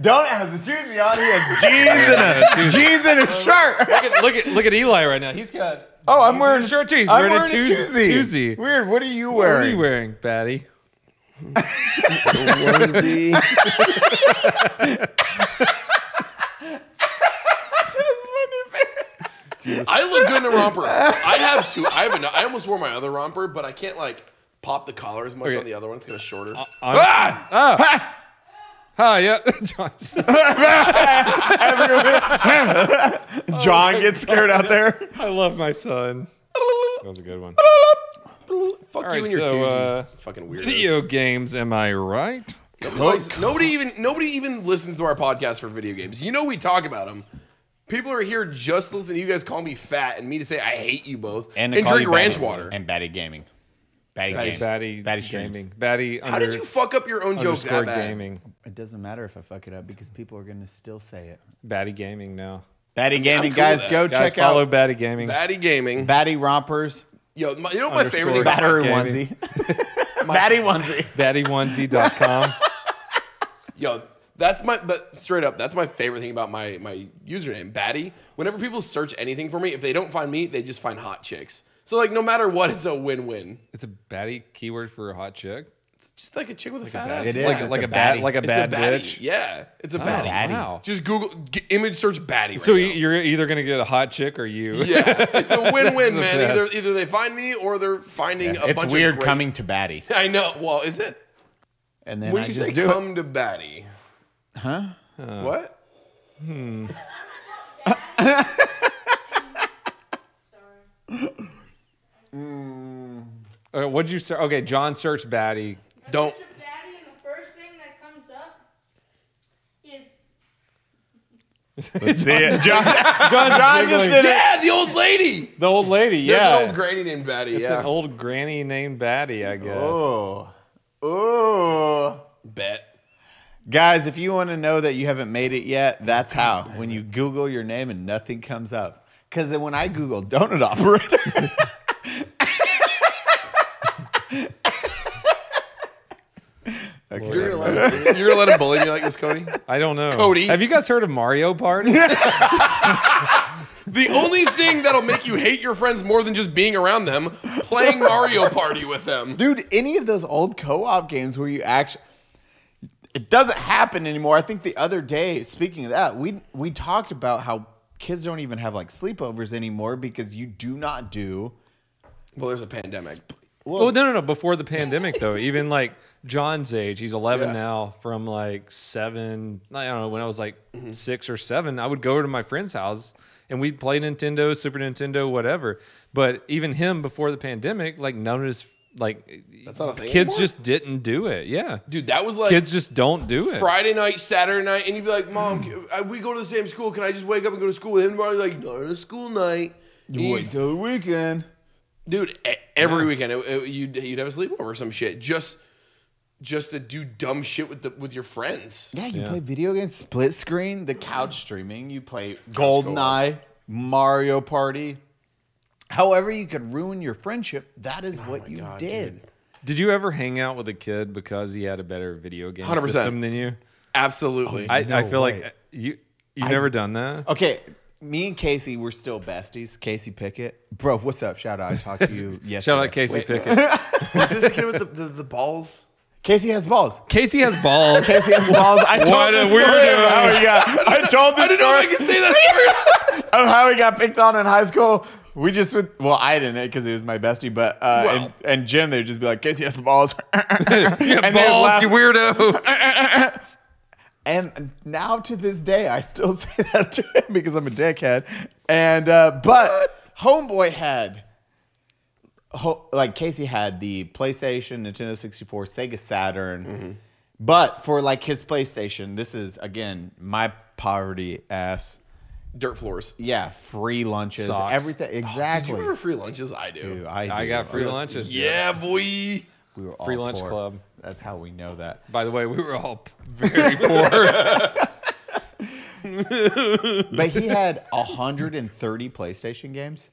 Speaker 1: Donut has a doozy on. He has jeans and a jeans and a shirt.
Speaker 3: look, at, look at look at Eli right now. He's got
Speaker 1: Oh, I'm wearing
Speaker 3: short tees.
Speaker 1: I'm
Speaker 3: Wearing a
Speaker 1: wearing
Speaker 3: twos- twosie.
Speaker 1: Weird. What are you
Speaker 3: what are
Speaker 1: wearing?
Speaker 3: you wearing, Batty?
Speaker 2: onesie. I look good in a romper. I have two. I have an, I almost wore my other romper, but I can't like pop the collar as much on the other one. It's kind of shorter.
Speaker 3: Ah! Hi, yeah, John's
Speaker 1: John gets scared out there.
Speaker 3: I love my son. That was a good one.
Speaker 2: Fuck
Speaker 3: All
Speaker 2: you
Speaker 3: right,
Speaker 2: and your
Speaker 3: so,
Speaker 2: twosies.
Speaker 3: uh,
Speaker 2: Fucking
Speaker 3: Video
Speaker 2: weirdos.
Speaker 3: games, am I right?
Speaker 2: Nobody, nobody even nobody even listens to our podcast for video games. You know we talk about them. People are here just listening. to You guys call me fat and me to say I hate you both and, drink ranch water.
Speaker 1: and Batty Gaming. Batty
Speaker 2: Batty-
Speaker 1: Gaming.
Speaker 2: Games.
Speaker 3: Batty,
Speaker 1: Batty streams.
Speaker 3: gaming, Batty.
Speaker 2: How did you fuck up your own joke
Speaker 3: underscore
Speaker 2: that bad?
Speaker 3: gaming,
Speaker 1: It doesn't matter if I fuck it up because people are gonna still say it.
Speaker 3: Batty gaming now.
Speaker 1: Batty Gaming,
Speaker 2: cool
Speaker 1: guys,
Speaker 2: with
Speaker 1: go
Speaker 2: that.
Speaker 3: Guys,
Speaker 1: check
Speaker 3: follow
Speaker 1: out
Speaker 3: Batty gaming.
Speaker 2: Batty gaming.
Speaker 1: Batty Rompers.
Speaker 2: Yo, my, you know what my favorite thing
Speaker 3: Underscore
Speaker 2: about
Speaker 1: Battery
Speaker 3: Gaming.
Speaker 1: onesie. Batty onesie.
Speaker 3: BattyOnesie.com.
Speaker 2: Yo, that's my but straight up, that's my favorite thing about my my username, Batty. Whenever people search anything for me, if they don't find me, they just find hot chicks. So like no matter what, it's a win-win.
Speaker 3: It's a Batty keyword for a hot chick.
Speaker 2: It's just like a chick with a fat ass.
Speaker 1: It is.
Speaker 3: like
Speaker 1: it's
Speaker 3: like
Speaker 1: a
Speaker 3: a, bat,
Speaker 1: baddie.
Speaker 3: like a
Speaker 2: It's
Speaker 3: bad
Speaker 2: a baddie.
Speaker 3: bitch.
Speaker 2: Yeah, it's a baddie.
Speaker 1: baddie.
Speaker 3: Wow.
Speaker 2: Just Google g- image search baddie. Right
Speaker 3: So
Speaker 2: now.
Speaker 3: you- you're either gonna get a hot chick or you.
Speaker 2: yeah, it's a win-win,
Speaker 3: the
Speaker 2: man. Either
Speaker 3: best.
Speaker 2: either they find me or they're finding a bunch
Speaker 1: It's
Speaker 2: of
Speaker 1: weird
Speaker 2: great-
Speaker 1: coming to Batty.
Speaker 2: I know. Well, is it?
Speaker 1: And then
Speaker 2: When
Speaker 1: I
Speaker 2: you
Speaker 1: just
Speaker 2: say
Speaker 1: do it.
Speaker 2: come to baddie, huh? What?
Speaker 3: Uh, what'd you search? Okay, John searched Batty.
Speaker 2: Don't.
Speaker 5: Mr. Batty, and the first thing that comes up is
Speaker 1: Let's see it. John,
Speaker 3: John,
Speaker 1: John just did it.
Speaker 2: Yeah, the old lady.
Speaker 3: The old lady. Yeah.
Speaker 2: There's an old granny named Batty.
Speaker 3: It's
Speaker 2: yeah.
Speaker 3: an old granny named Batty, I guess.
Speaker 1: Oh. Oh.
Speaker 2: Bet.
Speaker 1: Guys, if you want to know that you haven't made it yet, that's how. When you Google your name and nothing comes up. Because when I Google donut operator,
Speaker 2: You're gonna, let him, you're gonna let him bully me like this, Cody?
Speaker 3: I don't know.
Speaker 2: Cody.
Speaker 3: Have you guys heard of Mario Party?
Speaker 2: The only thing that'll make you hate your friends more than just being around them, playing Mario Party with them.
Speaker 1: dude, any of those old co-op games where you actually it doesn't happen anymore. I think the other day, speaking of that, we we talked about how kids don't even have like sleepovers anymore because you do not do
Speaker 2: Well, there's a pandemic.
Speaker 3: oh, no, no, no. Before the pandemic, though, even like John's age, he's 11
Speaker 2: Yeah.
Speaker 3: now, from like seven, I don't know, when I was like
Speaker 2: Mm-hmm.
Speaker 3: six or seven, I would go to my friend's house and we'd play Nintendo, Super Nintendo, whatever. But even him before the pandemic, like none of his like
Speaker 2: That's not a thing
Speaker 3: kids
Speaker 2: anymore?
Speaker 3: just didn't do it. Yeah.
Speaker 2: Dude, that was like
Speaker 3: kids just don't do it.
Speaker 2: Friday night, Saturday night, and you'd be like, "Mom, can- I- we go to the same school. Can I just wake up and go to school?" with him tomorrow, He's like, "No, it's school night." And
Speaker 1: You wait
Speaker 2: you'd-
Speaker 1: till the weekend.
Speaker 2: dude, e- every weekend it- it- you'd you'd have a sleepover or some shit, just just to do dumb shit with the with your friends.
Speaker 1: Yeah, you play video games, split screen, the couch streaming. You play GoldenEye, Mario Party. However, you could ruin your friendship. That is what you did.
Speaker 3: Did you ever hang out with a kid because he had a better video game
Speaker 2: 100%.
Speaker 3: system than you?
Speaker 2: Absolutely.
Speaker 3: I, I
Speaker 1: No
Speaker 3: feel
Speaker 1: way.
Speaker 3: like you you've never done that.
Speaker 2: Oh,
Speaker 1: Okay, me and Casey, we're still besties. Casey Pickett, bro, what's up? Shout out, I talked to you yesterday.
Speaker 3: Shout out Casey Pickett.
Speaker 2: Was this the kid with the, the, the balls?
Speaker 1: Casey has balls.
Speaker 3: Casey has balls.
Speaker 1: Casey has balls. I told
Speaker 3: What a
Speaker 1: this story
Speaker 3: weirdo.
Speaker 1: of how he got. I told
Speaker 2: I
Speaker 1: this
Speaker 2: don't know if I
Speaker 1: story
Speaker 2: can say that story.
Speaker 1: of how he got picked on in high school. We just would. Well, I didn't because he was my bestie, but uh,
Speaker 2: Well.
Speaker 1: and, and Jim, they'd just be like, Casey has balls.
Speaker 3: You have
Speaker 1: And they
Speaker 3: balls,
Speaker 1: laugh.
Speaker 3: you weirdo.
Speaker 1: And now to this day, I still say that to him because I'm a dickhead. And uh, but homeboy had, ho- like Casey had the PlayStation, Nintendo 64, Sega Saturn.
Speaker 3: Mm-hmm.
Speaker 1: But for like his PlayStation, this is again my poverty ass.
Speaker 2: Dirt floors.
Speaker 1: Yeah, free lunches,
Speaker 3: Socks. Oh,
Speaker 1: everything
Speaker 2: Did
Speaker 1: exactly.
Speaker 2: you remember free lunches? I do.
Speaker 1: Dude, I,
Speaker 3: I
Speaker 1: do.
Speaker 3: got free lunches.
Speaker 2: Yeah, boy.
Speaker 1: We were all
Speaker 3: Free lunch
Speaker 1: poor.
Speaker 3: club.
Speaker 1: That's how we know that.
Speaker 3: By the way, we were all p- very poor.
Speaker 1: But he had 130 PlayStation games.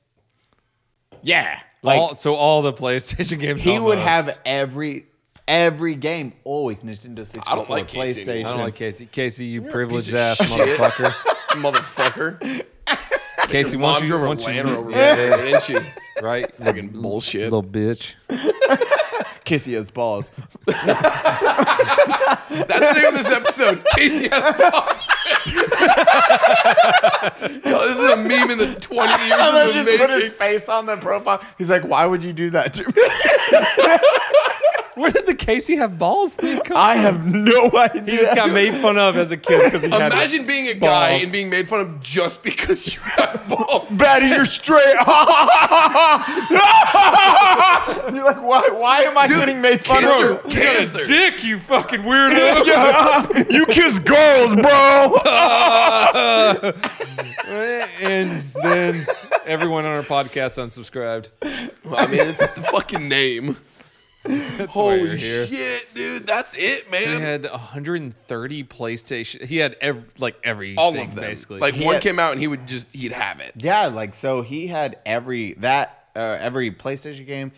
Speaker 1: Yeah, like
Speaker 3: all, so all the PlayStation games.
Speaker 1: He would
Speaker 3: almost.
Speaker 1: have every every game always Nintendo 64,
Speaker 2: I don't like Casey
Speaker 1: PlayStation.
Speaker 2: anymore.
Speaker 3: I don't like Casey. Casey, you
Speaker 2: piece
Speaker 3: privileged
Speaker 2: of
Speaker 3: ass
Speaker 2: shit.
Speaker 3: motherfucker.
Speaker 2: Motherfucker.
Speaker 3: Casey, why
Speaker 2: Mom
Speaker 3: don't you,
Speaker 2: drove
Speaker 3: why
Speaker 2: a
Speaker 3: don't you
Speaker 2: Land Rover.
Speaker 3: yeah,
Speaker 2: Yeah, didn't she?
Speaker 3: right?
Speaker 2: Fucking bullshit.
Speaker 3: Little bitch.
Speaker 1: Casey has balls.
Speaker 2: That's the name of this episode. Casey has balls. Yo, this is a meme in the 20 years
Speaker 1: And then
Speaker 2: of the
Speaker 1: just put his
Speaker 2: making.
Speaker 1: face on the profile. He's like, "Why would you do that to me?
Speaker 3: Where did the Casey have balls thing come?
Speaker 1: I have no idea."
Speaker 3: he just got made fun of as a kid because he had
Speaker 2: Imagine being a guy
Speaker 3: balls.
Speaker 2: and being made fun of just because you have balls.
Speaker 1: Betty, you're straight. you're like, why? Why am I getting made fun
Speaker 2: Cancer,
Speaker 1: of?
Speaker 2: cancer.
Speaker 3: dick, you fucking weirdo.
Speaker 1: You kiss girls, bro.
Speaker 3: and then everyone on our podcast unsubscribed.
Speaker 2: I mean, it's the fucking name.
Speaker 3: you're
Speaker 2: Holy
Speaker 3: here.
Speaker 2: shit, dude. That's it, man.
Speaker 3: He had 130 PlayStation. He had ev- like every
Speaker 2: All of them.
Speaker 3: basically.
Speaker 2: Like
Speaker 1: He
Speaker 2: one
Speaker 1: had-
Speaker 2: came out and he would just, he'd have it.
Speaker 1: Yeah, like so he had every that uh, every PlayStation game.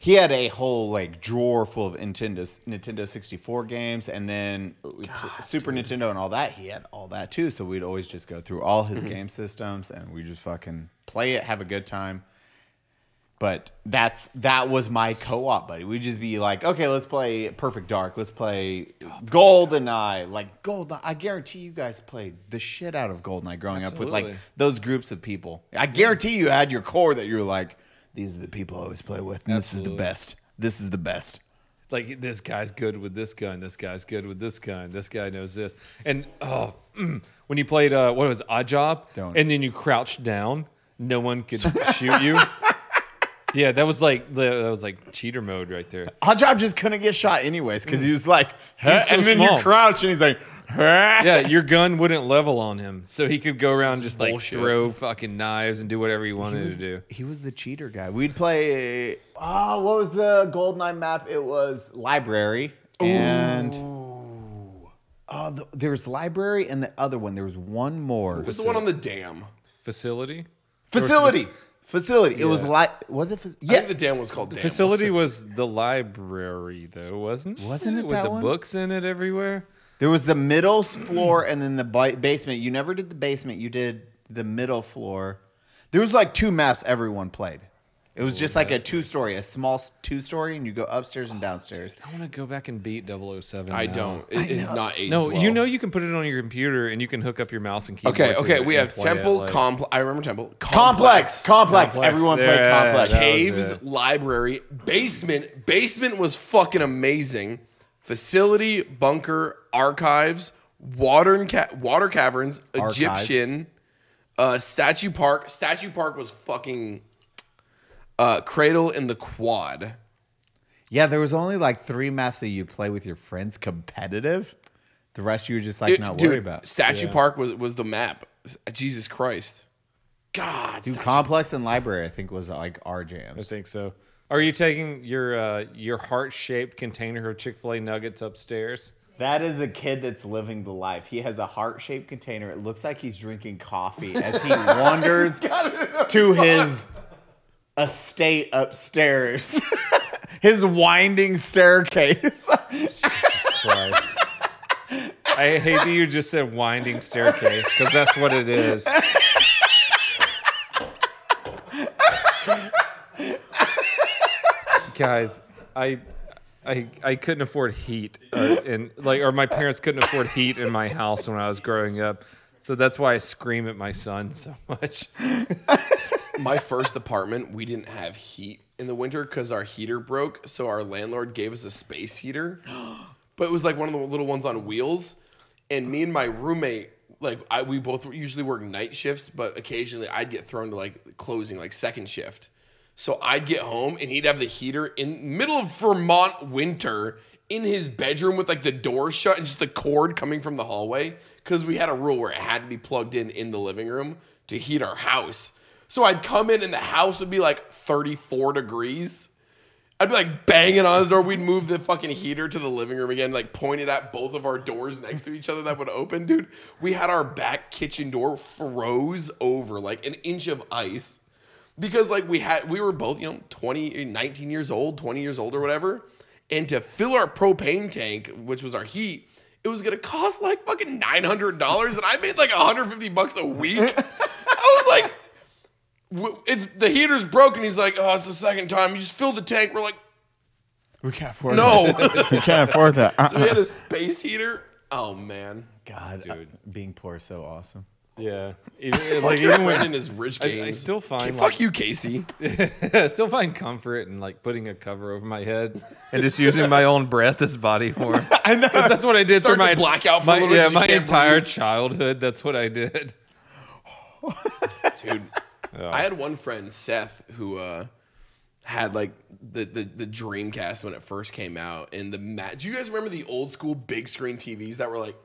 Speaker 1: He had a whole like drawer full of Nintendo Nintendo 64 games and then uh, Super Nintendo and all that. He had all that too, so we'd always just go through all his game systems and we just fucking play it, have a good time. But that's that was my co-op buddy. We'd just be like, okay, let's play Perfect Dark. Let's play GoldenEye. Like Golden, I guarantee you guys played the shit out of GoldenEye growing up with like
Speaker 3: Absolutely.
Speaker 1: those groups of people. I guarantee you had your core that you were like, these are the people I always play with. And this is the
Speaker 3: Absolutely.
Speaker 1: best. This is the best.
Speaker 3: like this guy's good with this gun, this guy's good with this gun, this guy knows this. And oh, mm, when you played uh, what was it, Odd Job,
Speaker 1: Don't.
Speaker 3: and then you crouched down, no one could shoot you. Yeah, that was like the- that was like cheater mode right there.
Speaker 1: Hajab just couldn't get shot anyways because he was like, huh?
Speaker 3: Mm. so
Speaker 1: and then
Speaker 3: small.
Speaker 1: you crouch and he's like, huh?
Speaker 3: Yeah, your gun wouldn't level on him, so he could go around just like
Speaker 2: bullshit.
Speaker 3: throw fucking knives and do whatever he wanted to do.
Speaker 1: He was the cheater guy. We'd play. Oh, what was the Goldeneye map? It was Library. And. Oh, the, there was Library and the other one. There was one more.
Speaker 2: What's the one on the dam?
Speaker 3: Facility.
Speaker 1: facility. Facility. It was like. Was it? Fa-
Speaker 2: I
Speaker 1: yeah.
Speaker 2: think the dam was called dam.
Speaker 3: Facility was the library, though, wasn't it?
Speaker 1: Wasn't it
Speaker 3: With
Speaker 1: that
Speaker 3: the
Speaker 1: one?
Speaker 3: books in it everywhere?
Speaker 1: There was the middle floor and then the bi- basement. You never did the basement. You did the middle floor. There was like two maps everyone played. It was just like a two story, a small two story, and you go upstairs and downstairs.
Speaker 3: I want to go back and beat 007.
Speaker 2: I
Speaker 3: now.
Speaker 2: don't. It is not aged
Speaker 3: No,
Speaker 2: well.
Speaker 3: you know you can put it on your computer and you can hook up your mouse and keyboard.
Speaker 2: Okay,
Speaker 3: to
Speaker 2: okay.
Speaker 3: it
Speaker 2: We
Speaker 3: and
Speaker 2: have
Speaker 3: play it,
Speaker 2: temple,
Speaker 3: like-
Speaker 2: complex. I remember temple,
Speaker 1: Complex, complex.
Speaker 3: Complex.
Speaker 1: Everyone
Speaker 3: Yeah,
Speaker 1: played
Speaker 3: yeah,
Speaker 1: complex.
Speaker 3: yeah.
Speaker 2: caves,
Speaker 3: it.
Speaker 2: library, basement. Basement was fucking amazing. Facility, bunker, archives, water and ca- water caverns,
Speaker 1: Archives.
Speaker 2: Egyptian, uh, statue park. Statue park was fucking uh, cradle in the quad.
Speaker 1: Yeah, there was only like three maps that you play with your friends competitive. The rest you were just like
Speaker 2: It-
Speaker 1: not
Speaker 2: dude,
Speaker 1: worried about.
Speaker 2: Statue Park was was the map. Jesus Christ. God.
Speaker 1: Dude,
Speaker 2: Statue-
Speaker 1: complex and library, I think, was like our jams.
Speaker 3: I think so. Are you taking your uh, your heart shaped container of Chick Fil A nuggets upstairs?
Speaker 1: That is a kid that's living the life. He has a heart shaped container. It looks like he's drinking coffee as he wanders to his estate upstairs, his winding staircase.
Speaker 3: Christ. I hate that you just said winding staircase because that's what it is. Guys, I. I, I couldn't afford heat, uh, and like, or my parents couldn't afford heat in my house when I was growing up, so that's why I scream at my son so much.
Speaker 2: my first apartment, we didn't have heat in the winter because our heater broke. So our landlord gave us a space heater, but it was like one of the little ones on wheels. And me and my roommate, like I, we both usually work night shifts, but occasionally I'd get thrown to like closing, like second shift. So I'd get home and he'd have the heater in middle of Vermont winter in his bedroom with like the door shut and just the cord coming from the hallway because we had a rule where it had to be plugged in in the living room to heat our house. So I'd come in and the house would be like 34 degrees. I'd be like banging on his door. We'd move the fucking heater to the living room again, like pointed at both of our doors next to each other that would open, dude. We had our back kitchen door froze over like an inch of ice because like we had we were both, you know, 20 19 years old, 20 years old or whatever. And to fill our propane tank, which was our heat, it was gonna cost like fucking $900 and I made like 150 bucks a week. I was like w- it's the heater's broken. He's like, oh, it's the second time. You just filled the tank. We're like,
Speaker 1: We can't afford
Speaker 2: no.
Speaker 1: We can't afford that.
Speaker 2: so we had a space heater. Oh man,
Speaker 1: God, uh,
Speaker 3: Dude.
Speaker 1: being poor is so awesome.
Speaker 3: Yeah, even,
Speaker 2: like
Speaker 3: like
Speaker 2: your
Speaker 3: even
Speaker 2: friend
Speaker 3: when
Speaker 2: in his rich
Speaker 3: I,
Speaker 2: games.
Speaker 3: I still
Speaker 2: Hey,
Speaker 3: find like,
Speaker 2: fuck you, Casey.
Speaker 3: I still find comfort in like putting a cover over my head and just using my own breath as body warmth. I know that's what I did
Speaker 2: Start
Speaker 3: through my
Speaker 2: to black out for a
Speaker 3: my,
Speaker 2: little bit
Speaker 3: yeah,
Speaker 2: 'cause you
Speaker 3: my
Speaker 2: can't
Speaker 3: entire
Speaker 2: breathe.
Speaker 3: childhood. That's what I did.
Speaker 2: dude. I had one friend, Seth, who uh, had like the, the the Dreamcast when it first came out, and the mat. Do you guys remember the old school big screen TVs that were like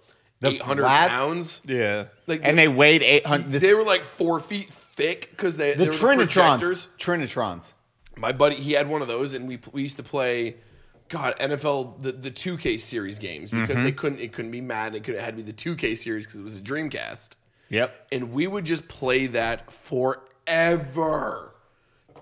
Speaker 2: eight hundred
Speaker 1: flats?
Speaker 2: pounds?
Speaker 3: Yeah,
Speaker 2: Like
Speaker 1: And they weighed 800. This,
Speaker 2: they were like four feet thick because they
Speaker 1: the
Speaker 2: they were
Speaker 1: Trinitrons.
Speaker 2: projectors.
Speaker 1: Trinitrons.
Speaker 2: my buddy he had one of those and we, we used to play god nfl the, the 2k series games because
Speaker 1: Mm-hmm.
Speaker 2: they couldn't it couldn't be madden it, could, it had to be the 2k series because it was a dreamcast
Speaker 1: Yep.
Speaker 2: and we would just play that forever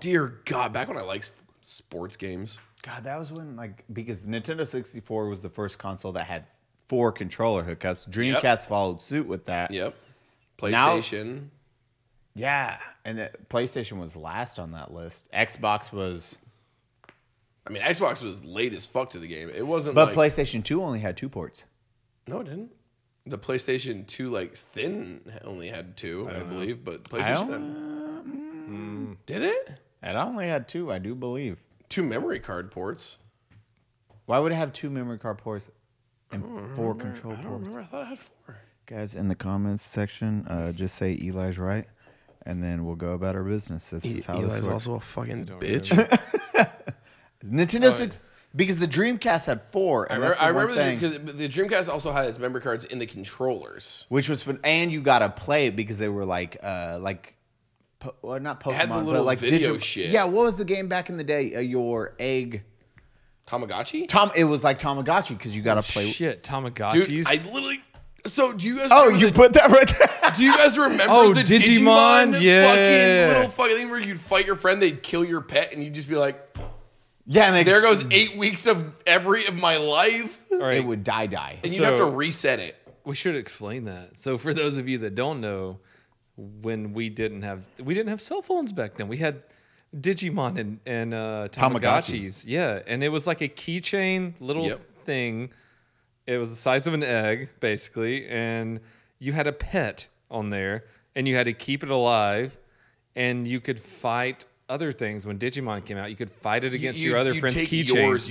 Speaker 2: dear god back when i liked sports games
Speaker 1: God, that was when like because Nintendo 64 was the first console that had four controller hookups. Dreamcast followed suit with that.
Speaker 2: yep
Speaker 1: Now-
Speaker 2: playstation
Speaker 1: Yeah, and the, PlayStation was last on that list. Xbox was,
Speaker 2: i mean xbox was late as fuck to the game it wasn't
Speaker 1: but
Speaker 2: like
Speaker 1: PlayStation 2 only had two ports.
Speaker 2: no it didn't the playstation 2 like thin only had two
Speaker 1: Uh,
Speaker 2: i, believe but playstation Mm.
Speaker 1: mm.
Speaker 2: did it
Speaker 1: It only had two, I do believe.
Speaker 2: two memory card ports
Speaker 1: Why would it have two memory card ports and four control
Speaker 2: I don't
Speaker 1: ports?
Speaker 2: remember. I thought I had four.
Speaker 1: Guys, in the comments section, uh, just say Eli's right, and then we'll go about our business. This
Speaker 2: E,
Speaker 1: is how this works.
Speaker 2: a fucking bitch.
Speaker 1: Nintendo six because the Dreamcast had four.
Speaker 2: I
Speaker 1: And
Speaker 2: remember,
Speaker 1: that's the
Speaker 2: I
Speaker 1: one
Speaker 2: remember
Speaker 1: thing.
Speaker 2: because the Dreamcast also had its memory cards in the controllers.
Speaker 1: which was fun. And you gotta play it because they were like, uh, like, po- well, not Pokemon,
Speaker 2: had the
Speaker 1: but
Speaker 2: little
Speaker 1: like
Speaker 2: video
Speaker 1: Digimon.
Speaker 2: shit.
Speaker 1: Yeah, what was the game back in the day? Uh, your egg.
Speaker 2: Tamagotchi?
Speaker 1: Tom, it was like Tamagotchi because you gotta
Speaker 2: Oh,
Speaker 1: play.
Speaker 3: shit, Tamagotchis.
Speaker 2: Dude, I literally. So do you guys?
Speaker 1: Oh,
Speaker 2: remember
Speaker 1: you
Speaker 2: the-
Speaker 1: put that right there.
Speaker 2: Do you guys remember
Speaker 3: Oh,
Speaker 2: the
Speaker 3: Digimon?
Speaker 2: Digimon,
Speaker 3: Yeah.
Speaker 2: fucking little fucking thing where you'd fight your friend, they'd kill your pet, and you'd just be like,
Speaker 1: yeah, and they,
Speaker 2: "There goes eight weeks of every of my life," and
Speaker 3: All right,
Speaker 1: It would die, die.
Speaker 2: you'd have to
Speaker 3: So-
Speaker 2: reset it.
Speaker 3: we should explain that. So for those of you that don't know, when we didn't have we didn't have cell phones back then. We had Digimon and and uh,
Speaker 1: Tamagotchi.
Speaker 3: Tamagotchis. Yeah, and it was like a keychain little
Speaker 2: Yep.
Speaker 3: thing. It was the size of an egg basically, and you had a pet on there, and you had to keep it alive, and you could fight other things. When Digimon came out, you could fight it against your other
Speaker 2: you'd
Speaker 3: friends'
Speaker 2: take
Speaker 3: keychains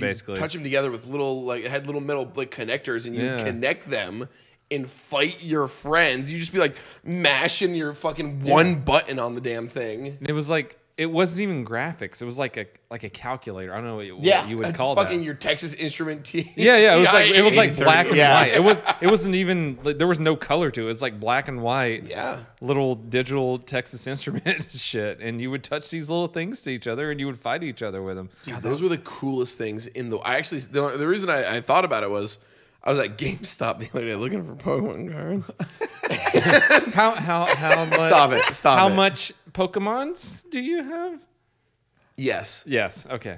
Speaker 2: you'd
Speaker 3: basically.
Speaker 2: touch them together with little like it had little metal like connectors, and you
Speaker 3: Yeah.
Speaker 2: connect them and fight your friends. You just be like mashing your fucking one button on the damn thing.
Speaker 3: And it was like it wasn't even graphics. It was like a like a calculator. I don't know what, you- what
Speaker 6: Yeah,
Speaker 3: you
Speaker 2: Uh,
Speaker 3: would call
Speaker 2: fucking
Speaker 3: that.
Speaker 2: your Texas Instrument T.
Speaker 3: yeah, yeah. It was like it was like
Speaker 2: TI-80.
Speaker 3: black and
Speaker 1: Yeah.
Speaker 3: white. It was it wasn't even like, there was no color to it. It was like black and white.
Speaker 2: Yeah.
Speaker 3: Little digital Texas instrument shit, and you would touch these little things to each other, and you would fight each other with them.
Speaker 2: God, those were the coolest things in the. I actually the, the reason I, I thought about it was I was at GameStop the other day looking for Pokemon cards.
Speaker 3: How how how much?
Speaker 2: Stop it! Stop
Speaker 3: How
Speaker 2: it!
Speaker 3: much Pokemons do you have?
Speaker 2: Yes.
Speaker 3: Yes. Okay.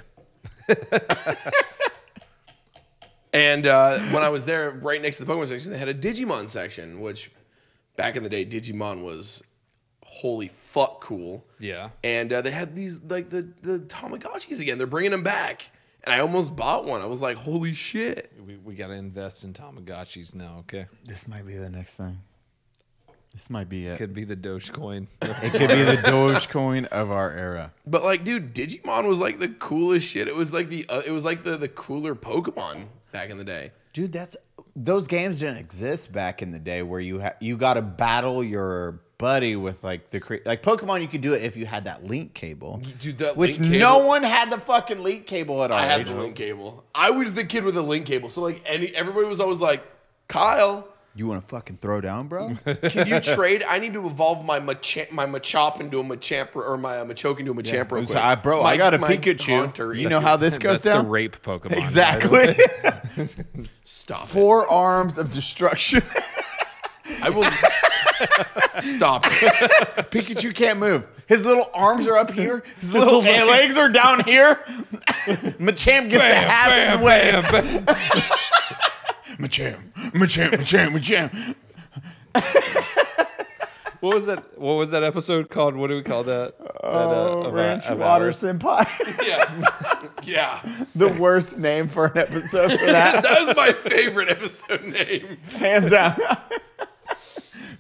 Speaker 2: And uh, when I was there, right next to the Pokemon section, they had a Digimon section, which back in the day, Digimon was holy fuck cool.
Speaker 3: Yeah.
Speaker 2: And uh, they had these like the the Tamagotchis again. They're bringing them back, and I almost bought one. I was like, holy shit!
Speaker 3: We, we got to invest in Tamagotchis now. Okay.
Speaker 1: This might be the next thing. This might be it.
Speaker 3: Could be the Dogecoin.
Speaker 1: It could be the Dogecoin of our era.
Speaker 2: But like, dude, Digimon was like the coolest shit. It was like the uh, it was like the the cooler Pokemon back in the day.
Speaker 1: Dude, that's those games didn't exist back in the day where you ha- you got to battle your buddy with like the cre- like Pokemon. You could do it if you had that link cable,
Speaker 2: Dude, that
Speaker 1: which
Speaker 2: link
Speaker 1: no
Speaker 2: cable-
Speaker 1: one had the fucking link cable at all.
Speaker 2: I had the link cable. I was the kid with the link cable. So like, any everybody was always like, Kyle.
Speaker 1: You want to fucking throw down, bro?
Speaker 2: Can you trade? I need to evolve my Machamp, my Machop into a Machamp or my uh, Machoke into a Machamp real quick.
Speaker 1: So I, bro, I
Speaker 2: My-
Speaker 1: got a
Speaker 2: my
Speaker 1: Pikachu.
Speaker 2: Haunter
Speaker 1: you
Speaker 2: is-
Speaker 1: know how this goes
Speaker 3: That's
Speaker 1: down?
Speaker 3: the rape Pokemon. guys.
Speaker 1: exactly.
Speaker 2: Stop it.
Speaker 1: Four arms of destruction.
Speaker 2: I will stop it.
Speaker 1: Pikachu can't move. His little arms are up here. His, little legs. are down here. Machamp gets to have his way. Machamp, Machamp, Machamp, Machamp.
Speaker 3: What was that? What was that episode called? What do we call that? that
Speaker 2: Oh,
Speaker 3: uh, of our-
Speaker 1: Ranch
Speaker 3: of
Speaker 1: Water
Speaker 3: ours?
Speaker 1: Senpai.
Speaker 2: Yeah, yeah.
Speaker 1: the worst name for an episode for that.
Speaker 2: That was my favorite episode name,
Speaker 1: Hands down.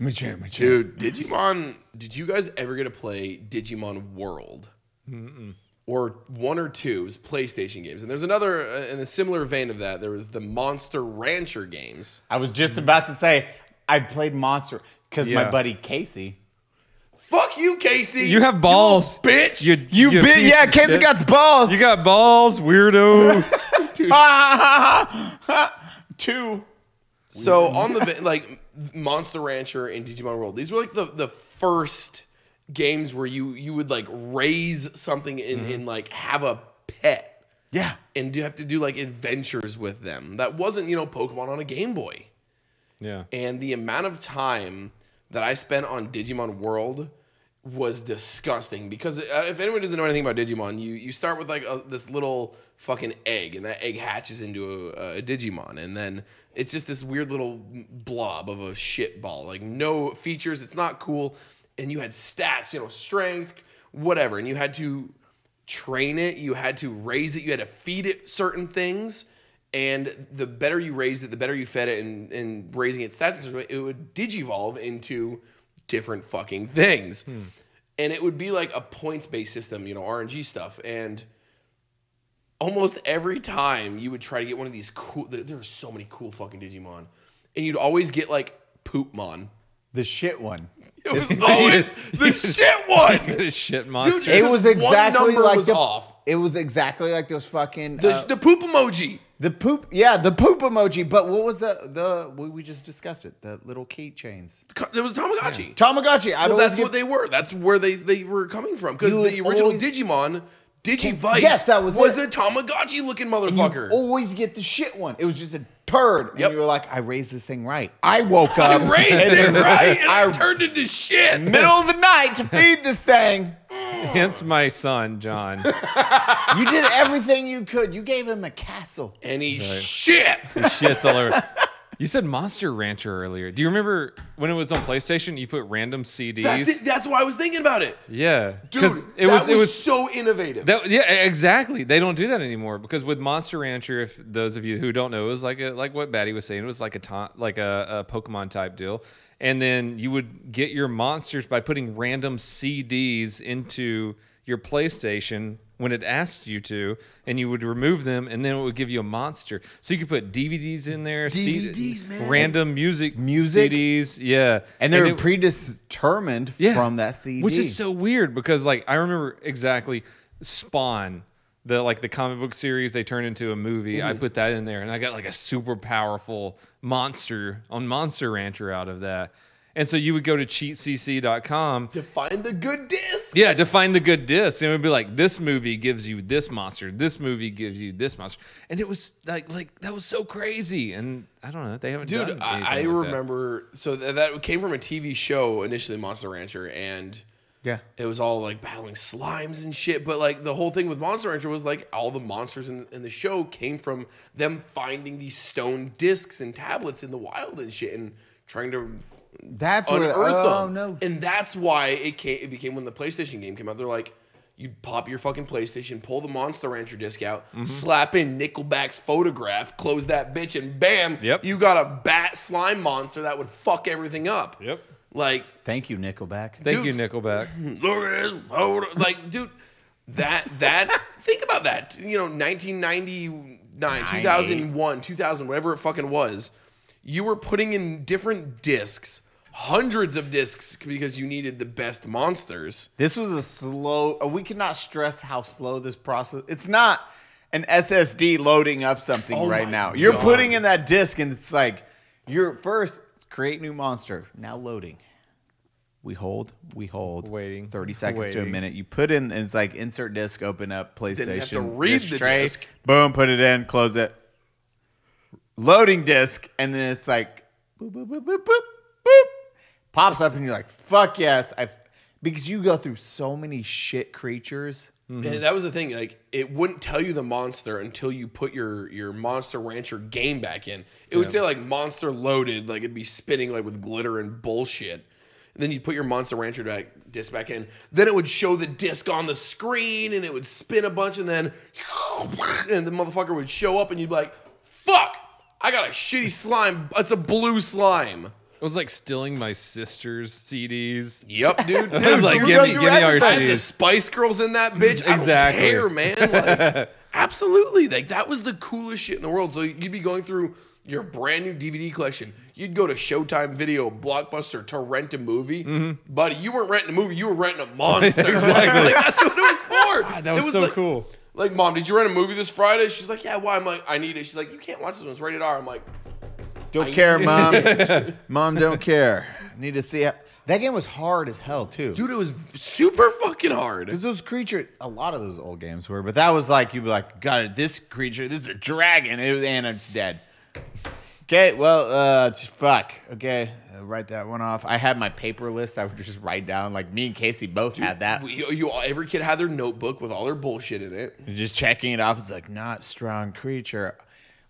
Speaker 1: Machamp, Machamp.
Speaker 2: dude. Digimon. Did you guys ever get to play Digimon World? Or one or two it was PlayStation games, and there's another uh, in a similar vein of that. There was the Monster Rancher games.
Speaker 1: I was just about to say, I played Monster because
Speaker 3: Yeah.
Speaker 1: my buddy Casey.
Speaker 2: Fuck you, Casey.
Speaker 3: You have balls,
Speaker 2: little bitch.
Speaker 1: You, bit,
Speaker 3: piece
Speaker 1: yeah,
Speaker 3: of
Speaker 1: Casey
Speaker 3: shit.
Speaker 1: got balls.
Speaker 3: You got balls, weirdo.
Speaker 1: Two.
Speaker 2: So on the vi- like Monster Rancher and Digimon World, these were like the the first games where you you would like raise something and, and like have a pet
Speaker 1: Yeah.
Speaker 2: and you have to do like adventures with them. That wasn't you know Pokemon on a Game Boy.
Speaker 3: yeah.
Speaker 2: And the amount of time that I spent on Digimon World was disgusting because uh, if anyone doesn't know anything about Digimon, you you start with like a, this little fucking egg, and that egg hatches into a, a Digimon, and then it's just this weird little blob of a shit ball, like no features. It's not cool, and you had stats, you know, strength, whatever, and you had to train it, you had to raise it, you had to feed it certain things. And the better you raised it, the better you fed it and, and raising its stats, it would digivolve into different fucking things.
Speaker 1: Hmm.
Speaker 2: And it would be like a points based system, you know, RNG stuff. And almost every time you would try to get one of these cool, there there are so many cool fucking Digimon. And you'd always get like Poopmon.
Speaker 1: The shit one.
Speaker 2: It was always the shit one.
Speaker 3: Shit monster.
Speaker 2: Dude,
Speaker 1: It
Speaker 2: Because
Speaker 1: was
Speaker 2: one
Speaker 1: exactly
Speaker 2: number
Speaker 1: like
Speaker 2: was
Speaker 1: the,
Speaker 2: off.
Speaker 1: It was exactly like those fucking
Speaker 2: The,
Speaker 1: uh,
Speaker 2: the poop emoji.
Speaker 1: the poop. Yeah, the poop emoji. But what was the the we, we just discussed it? The little keychains.
Speaker 2: There was Tamagotchi.
Speaker 1: Tamagotchi. I
Speaker 2: Well,
Speaker 1: don't.
Speaker 2: that's what they were. That's where they, they were coming from. Because
Speaker 1: You
Speaker 2: the
Speaker 1: would
Speaker 2: original
Speaker 1: always-
Speaker 2: Digimon, Digivice,
Speaker 1: Yes, that was
Speaker 2: a
Speaker 1: it.
Speaker 2: Tamagotchi looking
Speaker 1: You
Speaker 2: motherfucker.
Speaker 1: always get the shit one. It was just a turd,
Speaker 2: Yep.
Speaker 1: and you were like, "I raised this thing right. I woke up
Speaker 2: I raised it right, and I turned into shit.
Speaker 1: middle of the night to feed this thing.
Speaker 3: Hence my son, John.
Speaker 1: You did everything you could. You gave him a castle.
Speaker 2: And he shit.
Speaker 3: Shit's all over. You said Monster Rancher earlier. Do you remember when it was on PlayStation? You put random CDs.
Speaker 2: That's it. That's why I was thinking about it,
Speaker 3: Yeah,
Speaker 2: dude.
Speaker 3: 'Cause
Speaker 2: that was, so innovative.
Speaker 3: That, yeah, e, exactly. They don't do that anymore because with Monster Rancher, if those of you who don't know, it was like a, like what Batty was saying, it was like a ta- like a, a Pokemon type deal, and then you would get your monsters by putting random CDs into your PlayStation when it asked you to, and you would remove them, and then it would give you a monster. So you could put DVDs in there, C-
Speaker 2: DVDs, man.
Speaker 3: random music,
Speaker 1: Music?
Speaker 3: CDs, yeah,
Speaker 1: And they were
Speaker 3: it-
Speaker 1: predetermined
Speaker 3: yeah.
Speaker 1: from that CD.
Speaker 3: which is so weird because like I remember exactly Spawn, the like the comic book series they turned into a movie.
Speaker 2: Mm-hmm.
Speaker 3: I put that in there, and I got like a super powerful monster on Monster Rancher out of that. And so you would go to cheatcc.com
Speaker 2: to find the good disc.
Speaker 3: yeah, to find the good disc, and it would be like this movie gives you this monster, this movie gives you this monster, and it was like like that was so crazy. And I don't know, they haven't
Speaker 2: Dude,
Speaker 3: done anything
Speaker 2: I, I
Speaker 3: like that.
Speaker 2: remember. So th- that came from a TV show initially, Monster Rancher, and
Speaker 1: yeah.
Speaker 2: it was all like battling slimes and shit. But like the whole thing with Monster Rancher was like all the monsters in, in the show came from them finding these stone discs and tablets in the wild and shit, and trying to
Speaker 1: That's what.
Speaker 2: unearth
Speaker 1: Oh
Speaker 2: them.
Speaker 1: no.
Speaker 2: And that's why it came. It became when the PlayStation game came out. They're like, you pop your fucking PlayStation, pull the Monster Rancher disc out,
Speaker 3: Mm-hmm.
Speaker 2: slap in Nickelback's photograph, close that bitch, and bam,
Speaker 3: Yep.
Speaker 2: you got a bat slime monster that would fuck everything up.
Speaker 3: Yep.
Speaker 2: Like,
Speaker 1: Thank you, Nickelback.
Speaker 3: Thank
Speaker 2: dude,
Speaker 3: you, Nickelback.
Speaker 2: look at this photo. Like, dude, that that think about that. You know, 1999, 2001, 2000, whatever it fucking was. You were putting in different discs, hundreds of discs because you needed the best monsters.
Speaker 1: This was a slow. uh, We cannot stress how slow this process. It's not an SSD loading up something
Speaker 2: Oh
Speaker 1: right
Speaker 2: my
Speaker 1: now. You're
Speaker 2: God.
Speaker 1: putting in that disk, and it's like you're first create new monster. Now loading. We hold. We hold.
Speaker 3: Waiting.
Speaker 1: Thirty seconds to a
Speaker 3: Waiting.
Speaker 1: minute. You put in. And it's like insert disk. Open up PlayStation.
Speaker 2: you have to read
Speaker 1: disk
Speaker 2: the
Speaker 1: tray,
Speaker 2: disk.
Speaker 1: Boom. Put it in. Close it. Loading disk, and then it's like boop boop boop boop boop boop pops up and you're like, fuck yes. I've because you go through so many shit creatures.
Speaker 2: And that was the thing. Like, it wouldn't tell you the monster until you put your your Monster Rancher game back in. It would say like Monster Loaded, like it'd be spinning like with glitter and bullshit. And then you put your Monster Rancher back, disc back in. Then it would show the disc on the screen, and it would spin a bunch, and then and the motherfucker would show up, and you'd be like, "Fuck, I got a shitty slime. It's a blue slime."
Speaker 3: It was like stealing my sister's CDs.
Speaker 2: Yep, dude.
Speaker 3: I was like,
Speaker 2: Dude,
Speaker 3: give me,
Speaker 2: you
Speaker 3: give me all your
Speaker 2: I had the
Speaker 3: CDs.
Speaker 2: Spice Girls in that bitch.
Speaker 3: Exactly.
Speaker 2: I don't care, man. Like, absolutely. Like that was the coolest shit in the world. So you'd be going through your brand new DVD collection. You'd go to Showtime Video, Blockbuster to rent a movie, buddy. You weren't renting a movie. You were renting a monster.
Speaker 3: Mm-hmm. Exactly.
Speaker 2: Like, that's what it was for.
Speaker 3: That
Speaker 2: It
Speaker 3: was, so
Speaker 2: like-
Speaker 3: cool.
Speaker 2: Like, mom, did you rent a movie this Friday? She's like, yeah. Why? I'm like, I need it. She's like, you can't watch this one. It's rated R. I'm like,
Speaker 1: Don't care, mom. mom, don't care. Need to see how that game was hard as hell too.
Speaker 2: dude, it was super fucking hard.
Speaker 1: Because those creature, a lot of those old games were, but that was like you'd be like, "God, this creature, this is a dragon, it, and it's dead." Okay, well, uh, t- fuck. Okay, uh, write that one off. I had my paper list. I would just write down. Like me and Casey both had that.
Speaker 2: We- You, you- every kid had their notebook with all their bullshit in it.
Speaker 1: You're just checking it off. It's like not strong creature.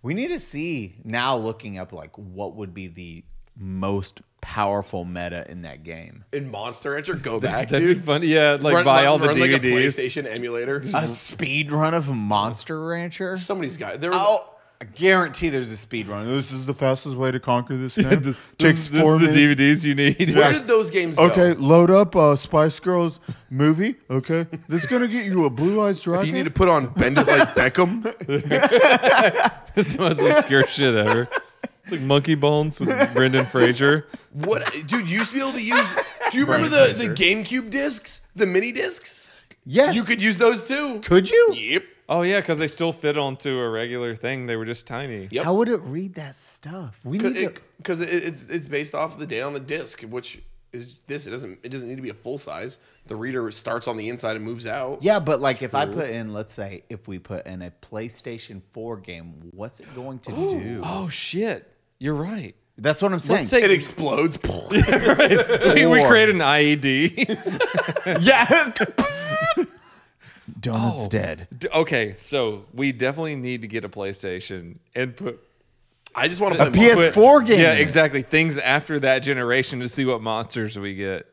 Speaker 1: We need to see now looking up like what would be the most powerful meta in that game.
Speaker 2: In Monster Rancher, go back,
Speaker 3: That'd
Speaker 2: dude.
Speaker 3: be funny. Yeah, like buy all the
Speaker 2: run Like a
Speaker 3: DVDs.
Speaker 2: PlayStation emulator.
Speaker 1: A speed run of Monster Rancher.
Speaker 2: Somebody's got there was.
Speaker 1: Oh, I guarantee there's a speed run. This is the fastest way to conquer this game.
Speaker 3: this, this is the DVDs you need.
Speaker 2: where did those games go?
Speaker 4: Okay, load up uh, Spice Girls movie. Okay, that's gonna get you a blue eyes dragon.
Speaker 2: You need to put on Bend It Like Beckham.
Speaker 3: It's the most obscure shit ever. It's like Monkey Bones with Brendan Fraser.
Speaker 2: What, dude? You used to be able to use. Do you remember the, the GameCube discs, the mini discs?
Speaker 1: Yes.
Speaker 2: You could use those too.
Speaker 1: Could you?
Speaker 2: Yep.
Speaker 3: Oh yeah, because they still fit onto a regular thing. They were just tiny.
Speaker 2: Yep.
Speaker 1: How would it read that stuff? We need to.
Speaker 2: Because it, it's it's based off of the date on the disc, which is this. It doesn't it doesn't need to be a full size. The reader starts on the inside and moves out.
Speaker 1: Yeah, but like if I put in, let's say, if we put in a PlayStation 4 game, what's it going to do?
Speaker 3: Oh shit, you're right.
Speaker 1: That's what I'm saying.
Speaker 3: Let's take.
Speaker 2: It explodes.
Speaker 3: we, we
Speaker 1: Or-
Speaker 3: created an E IED.
Speaker 1: yeah.
Speaker 2: Oh.
Speaker 1: Donut's dead.
Speaker 3: D- okay, so we definitely need to get a PlayStation and put.
Speaker 2: I just want to play Monster
Speaker 1: PS4 game.
Speaker 3: Yeah, exactly. Things after that generation to see what monsters we get.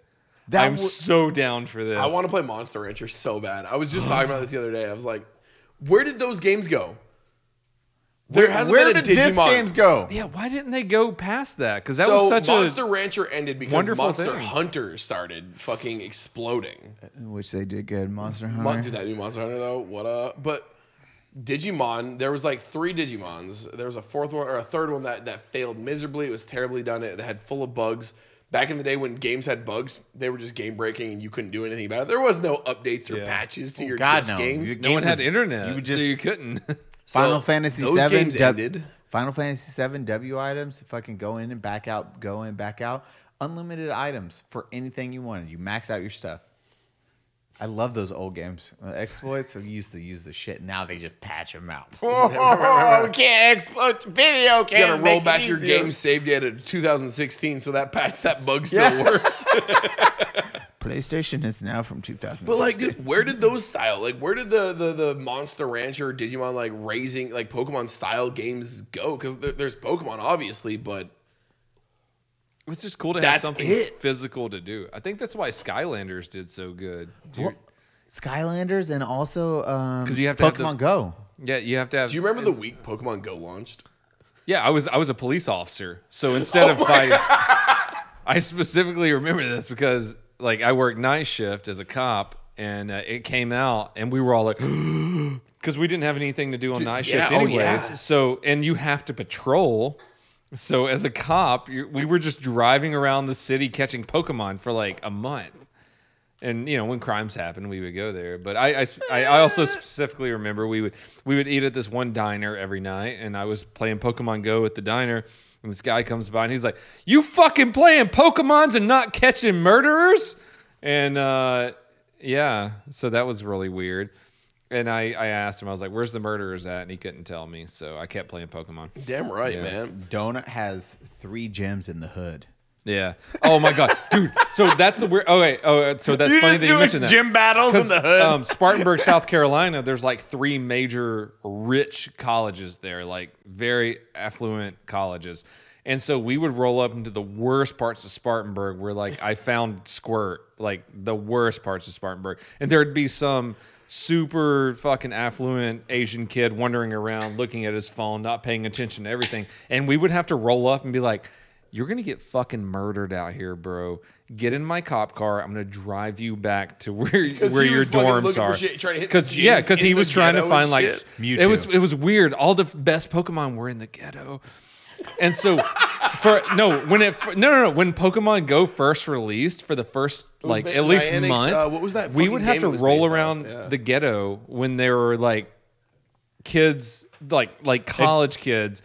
Speaker 1: That
Speaker 3: I'm
Speaker 1: w-
Speaker 3: so down for this.
Speaker 2: I want to play Monster Rancher so bad. I was just talking about this the other day. I was like, where did those games go? There hasn't
Speaker 4: Where
Speaker 2: been a
Speaker 4: did disc
Speaker 2: Digimon.
Speaker 4: games go?
Speaker 3: Yeah, why didn't they go past that? Because that
Speaker 2: so
Speaker 3: was such
Speaker 2: Monster
Speaker 3: a
Speaker 2: Rancher ended because
Speaker 3: wonderful
Speaker 2: Monster
Speaker 3: thing.
Speaker 2: Hunter started fucking exploding.
Speaker 4: Which they did good. Monster
Speaker 2: Mon-
Speaker 4: Hunter.
Speaker 2: Dude, that new Monster Hunter though, what up? But Digimon, there was like three Digimons. There was a fourth one or a third one that that failed miserably. It was terribly done. It had full of bugs. Back in the day when games had bugs, they were just game breaking and you couldn't do anything about it. There was no updates or
Speaker 3: Yeah.
Speaker 2: patches to your
Speaker 4: God,
Speaker 2: disc
Speaker 4: no.
Speaker 2: games.
Speaker 4: You-
Speaker 3: no one
Speaker 4: game
Speaker 3: had
Speaker 4: was-
Speaker 3: internet,
Speaker 4: you would
Speaker 3: so
Speaker 4: just-
Speaker 3: you couldn't.
Speaker 4: Final
Speaker 2: So,
Speaker 4: Fantasy
Speaker 2: those
Speaker 4: Seven
Speaker 2: games
Speaker 4: du-
Speaker 2: ended.
Speaker 4: Final Fantasy Seven W items. If I can go in and back out, go in back out. Unlimited items for anything you wanted. You max out your stuff. I love those old games. Uh, exploits. I used to use the shit. Now they just patch them out.
Speaker 1: Oh, we can't explode video
Speaker 2: You
Speaker 1: games.
Speaker 2: gotta roll back your game save data to 2016, so that patch that bug still works.
Speaker 4: PlayStation is now from 2000.
Speaker 2: But like, dude, where did those style? Like, where did the the, the Monster Rancher, Digimon, like raising like Pokemon style games go? Because there, there's Pokemon, obviously, but
Speaker 3: It's just cool to have
Speaker 2: That's
Speaker 3: something
Speaker 2: it.
Speaker 3: physical to do. I think that's why Skylanders did so good. Dude,
Speaker 4: Skylanders and also um,
Speaker 3: 'Cause you have to have
Speaker 4: Pokemon
Speaker 3: the-
Speaker 4: Go.
Speaker 3: Yeah, you have to have.
Speaker 2: do you remember the week Pokemon Go launched?
Speaker 3: Yeah, I was I was a police officer,
Speaker 2: Oh
Speaker 3: so instead of fighting, I specifically remember this because like I worked night shift as a cop, and uh, it came out, and we were all like, because we didn't have anything to do on night shift
Speaker 2: yeah, oh,
Speaker 3: anyways.
Speaker 2: yeah.
Speaker 3: So and you have to patrol. So as a cop, you we were just driving around the city catching Pokemon for like a month. And you know when crimes happen, we would go there. But I, I, I I also specifically remember we would we would eat at this one diner every night, and I was playing Pokemon Go at the diner, and this guy comes by and he's like, "You fucking playing Pokemon's and not catching murderers?" And uh, yeah, so that was really weird. And I, I asked him, I was like, "Where's the murderers at?" And he couldn't tell me, so I kept playing Pokemon.
Speaker 2: Damn right, man.
Speaker 4: Donut has three gems in the hood.
Speaker 3: Yeah. Oh my god, dude. So that's the weird. Okay. Oh, so that's funny that you mentioned that.
Speaker 1: Gym battles in the hood.
Speaker 3: Um, Spartanburg, South Carolina, there's like three major rich colleges there, like very affluent colleges. And so we would roll up into the worst parts of Spartanburg where like I found squirt, like the worst parts of Spartanburg. And there'd be some super fucking affluent Asian kid wandering around looking at his phone, not paying attention to everything. And we would have to roll up and be like, you're gonna get fucking murdered out here, bro. Get in my cop car. I'm gonna drive you back to where where
Speaker 2: he
Speaker 3: your
Speaker 2: was fucking
Speaker 3: dorms
Speaker 2: looking for
Speaker 3: are.
Speaker 2: shit, trying to hit the
Speaker 3: Because yeah,
Speaker 2: gyms
Speaker 3: because he
Speaker 2: in the
Speaker 3: was trying to
Speaker 2: ghetto and
Speaker 3: find like
Speaker 2: shit.
Speaker 3: it was it was weird. All the f- best Pokemon were in the ghetto, and so for no when it no no no when Pokemon Go first released for the first like
Speaker 2: Ba-
Speaker 3: at least
Speaker 2: Niantic's,
Speaker 3: month,
Speaker 2: uh, what was that
Speaker 3: We
Speaker 2: fucking
Speaker 3: would have
Speaker 2: game
Speaker 3: to
Speaker 2: it was
Speaker 3: roll
Speaker 2: based off?
Speaker 3: around
Speaker 2: Yeah.
Speaker 3: the ghetto when there were like kids like like college kids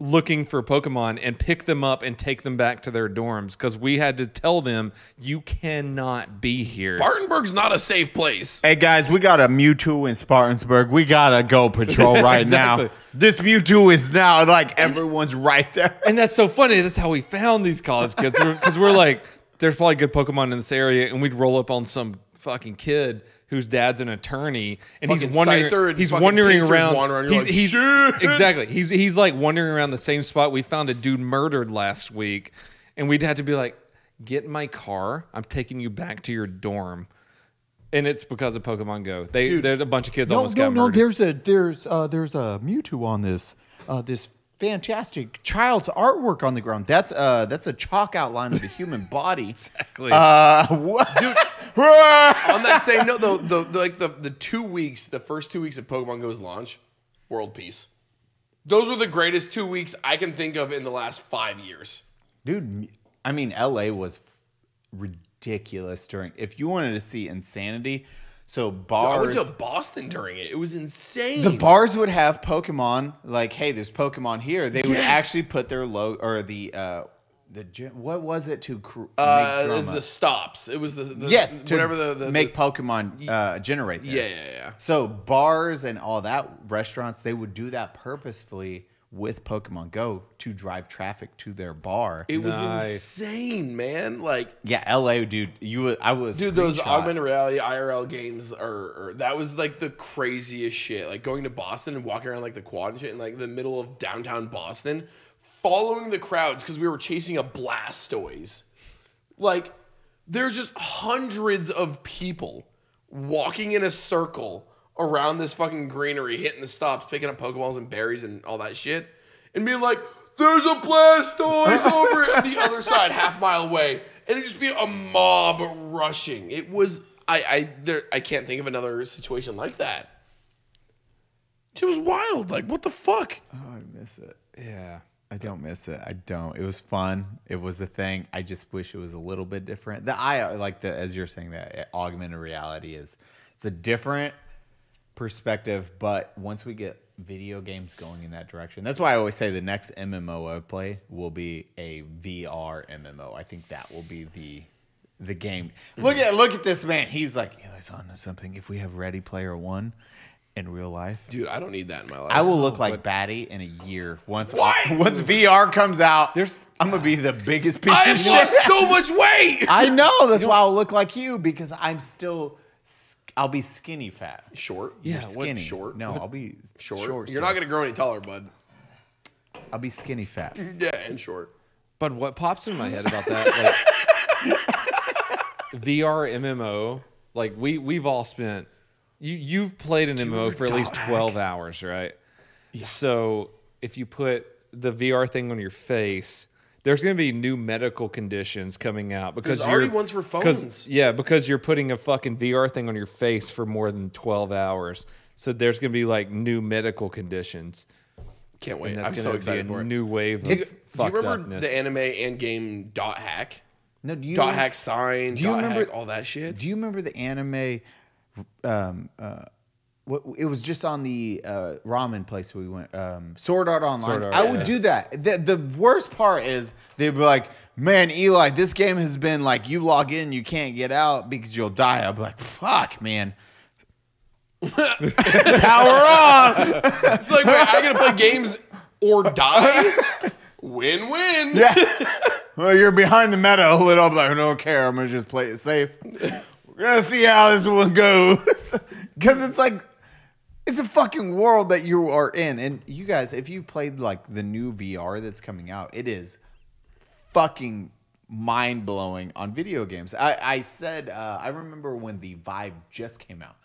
Speaker 3: looking for Pokemon and pick them up and take them back to their dorms because we had to tell them you cannot be here.
Speaker 2: Spartanburg's not a safe place.
Speaker 7: Hey guys, we got a Mewtwo in Spartansburg. We gotta go patrol right
Speaker 3: Exactly.
Speaker 7: now. This Mewtwo is now like everyone's right there.
Speaker 3: and that's so funny. That's how we found these college kids because we're like, there's probably good Pokemon in this area, and we'd roll up on some fucking kid whose dad's an attorney, and he's
Speaker 2: Fucking Scyther
Speaker 3: wandering,
Speaker 2: and
Speaker 3: he's
Speaker 2: fucking
Speaker 3: wandering
Speaker 2: Pinsir's
Speaker 3: around.
Speaker 2: wandering, you're
Speaker 3: he's,
Speaker 2: like,
Speaker 3: he's-
Speaker 2: "Shit."
Speaker 3: exactly. He's he's like wandering around the same spot we found a dude murdered last week, and we'd have to be like, get in my car. I'm taking you back to your dorm. And it's because of Pokemon Go. They there's a bunch of kids
Speaker 7: No,
Speaker 3: almost
Speaker 7: no,
Speaker 3: got
Speaker 7: no.
Speaker 3: murdered.
Speaker 7: There's a there's uh, there's a Mewtwo on this uh, this
Speaker 4: Fantastic child's artwork on the ground. That's uh that's a chalk outline of the human body.
Speaker 3: Exactly.
Speaker 2: On that same note, though, the, the like the the two weeks, the first two weeks of Pokemon Go's launch, world peace. Those were the greatest two weeks I can think of in the last five years.
Speaker 4: Dude, I mean, LA was f- ridiculous during. If you wanted to see insanity, so
Speaker 2: I
Speaker 4: bars.
Speaker 2: went to Boston during it. It was insane.
Speaker 4: the bars would have Pokemon, like, hey, there's Pokemon here. They would
Speaker 2: Yes.
Speaker 4: actually put their logo or the uh, the gym, what was it to cr-
Speaker 2: uh,
Speaker 4: make
Speaker 2: it was
Speaker 4: drama?
Speaker 2: the stops. It was the, the
Speaker 4: yes, to
Speaker 2: whatever the, the
Speaker 4: make Pokemon uh, generate. That.
Speaker 2: Yeah, yeah, yeah.
Speaker 4: So bars and all that restaurants, they would do that purposefully with Pokemon Go to drive traffic to their bar.
Speaker 2: It was
Speaker 3: Nice.
Speaker 2: insane, man. Like,
Speaker 4: yeah, LA, dude, you would- I was
Speaker 2: dude, those
Speaker 4: screenshot.
Speaker 2: augmented reality IRL games are, are that was like the craziest shit. Like going to Boston and walking around like the quad and shit in like the middle of downtown Boston, following the crowds because we were chasing a Blastoise. Like, there's just hundreds of people walking in a circle around this fucking greenery, hitting the stops, picking up Pokeballs and berries and all that shit, and being like, "There's a Blastoise over at the other side, half mile away," and it'd just be a mob rushing. It was I I there I can't think of another situation like that. It was wild. Like what the fuck?
Speaker 4: I miss it.
Speaker 3: Yeah.
Speaker 4: I don't miss it. I don't. It was fun. It was a thing. I just wish it was a little bit different. The I like the as you're saying that uh, augmented reality is it's a different perspective, but once we get video games going in that direction, that's why I always say the next MMO I play will be a VR MMO. I think that will be the the game. Look at look at this man. He's like, you know, he's on to something. If we have Ready Player One in real life,
Speaker 2: Dude, I don't need that in my life.
Speaker 4: I will look like Batty in a year once once VR comes out.
Speaker 3: There's-
Speaker 4: I'm gonna be the biggest piece
Speaker 2: I
Speaker 4: of
Speaker 2: have
Speaker 4: shit.
Speaker 2: lost so much weight.
Speaker 4: I know that's why I'll look like you because I'm still s- I'll be skinny fat.
Speaker 2: Short.
Speaker 4: You're
Speaker 2: Yeah.
Speaker 4: skinny.
Speaker 2: Short.
Speaker 4: No, I'll be
Speaker 2: Short.
Speaker 4: short. short
Speaker 2: You're not gonna grow any taller, bud.
Speaker 4: I'll be skinny fat.
Speaker 2: Yeah, and short.
Speaker 3: But what pops in my head about that, like VR MMO, like we we've all spent you you've played an MMO for at least twelve hours, right? So if you put the VR thing on your face, there's going to be new medical conditions coming out because
Speaker 2: There's already
Speaker 3: you're-
Speaker 2: ones for
Speaker 3: 'cause-
Speaker 2: phones.
Speaker 3: Yeah, because you're putting a fucking VR thing on your face for more than twelve hours. So there's going to be like new medical conditions.
Speaker 2: Can't wait.
Speaker 3: And that's
Speaker 2: I'm
Speaker 3: going
Speaker 2: so
Speaker 3: to be
Speaker 2: excited
Speaker 3: a
Speaker 2: for it.
Speaker 3: new wave of
Speaker 2: Do you- do you
Speaker 3: fucked
Speaker 2: remember
Speaker 3: upness.
Speaker 2: the anime and game dot hack?
Speaker 4: No, do you
Speaker 2: dot hack sign,
Speaker 4: do you
Speaker 2: dot
Speaker 4: remember-
Speaker 2: hack, all that shit.
Speaker 4: Do you remember the anime? Um, uh, what it was just on the uh, ramen place we went. Um, Sword Art Online.
Speaker 3: Sword Art,
Speaker 4: I would
Speaker 3: yeah.
Speaker 4: do that. The, the worst part is they'd be like, "Man, Eli, this game has been like you log in, you can't get out because you'll die." I'd be like, "Fuck, man."
Speaker 2: it's like, wait, I gotta play games or die? win win.
Speaker 4: Yeah. well, you're behind the meta a little, but I don't care. I'm gonna just play it safe. We're gonna see how this one goes, because it's like it's a fucking world that you are in. And you guys, if you played like the new VR that's coming out, it is fucking mind blowing on video games. I, I said uh, I remember when the Vive just came out.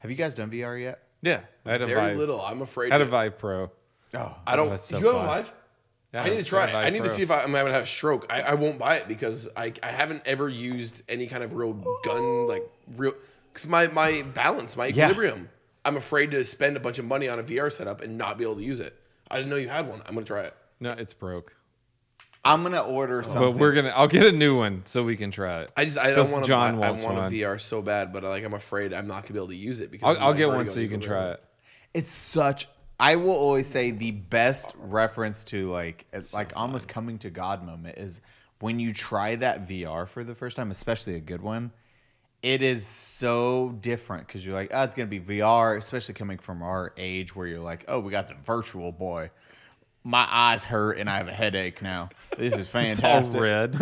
Speaker 4: Have you guys done VR yet?
Speaker 3: yeah, I had a
Speaker 2: Very
Speaker 3: vibe.
Speaker 2: little. I'm afraid.
Speaker 3: Out
Speaker 2: to-
Speaker 3: of Vive Pro.
Speaker 2: I don't.
Speaker 3: That's so
Speaker 2: you have a
Speaker 3: fun.
Speaker 2: live?
Speaker 3: Yeah,
Speaker 2: I need to
Speaker 3: it's
Speaker 2: try.
Speaker 3: got
Speaker 2: it.
Speaker 3: a Vive
Speaker 2: I need to
Speaker 3: Pro.
Speaker 2: see if I, I'm gonna have a stroke. I, I won't buy it because I, I haven't ever used any kind of real gun like real because my my balance my equilibrium. I'm afraid to spend a bunch of money on a VR setup and not be able to use it. I didn't know you had one. I'm gonna try it.
Speaker 3: No, it's broke.
Speaker 4: I'm gonna order something.
Speaker 3: But we're gonna. I'll get a new one so we can try it.
Speaker 2: I just I don't
Speaker 3: Because
Speaker 2: want to.
Speaker 3: John
Speaker 2: I
Speaker 3: wants
Speaker 2: want a
Speaker 3: one.
Speaker 2: VR so bad, but like I'm afraid I'm not gonna be able to use it because
Speaker 3: I'll,
Speaker 2: of
Speaker 3: I'll
Speaker 2: my
Speaker 3: get one
Speaker 2: vertigo
Speaker 3: so you can try
Speaker 2: equilibrium.
Speaker 3: it.
Speaker 4: it's such I will always say the best reference to like as, like almost coming to God moment is when you try that VR for the first time, especially a good one. It is so different because you're like, oh, it's gonna be VR, especially coming from our age where you're like, oh, we got the virtual boy. My eyes hurt and I have a headache now. This is
Speaker 3: All
Speaker 4: fantastic.
Speaker 3: red.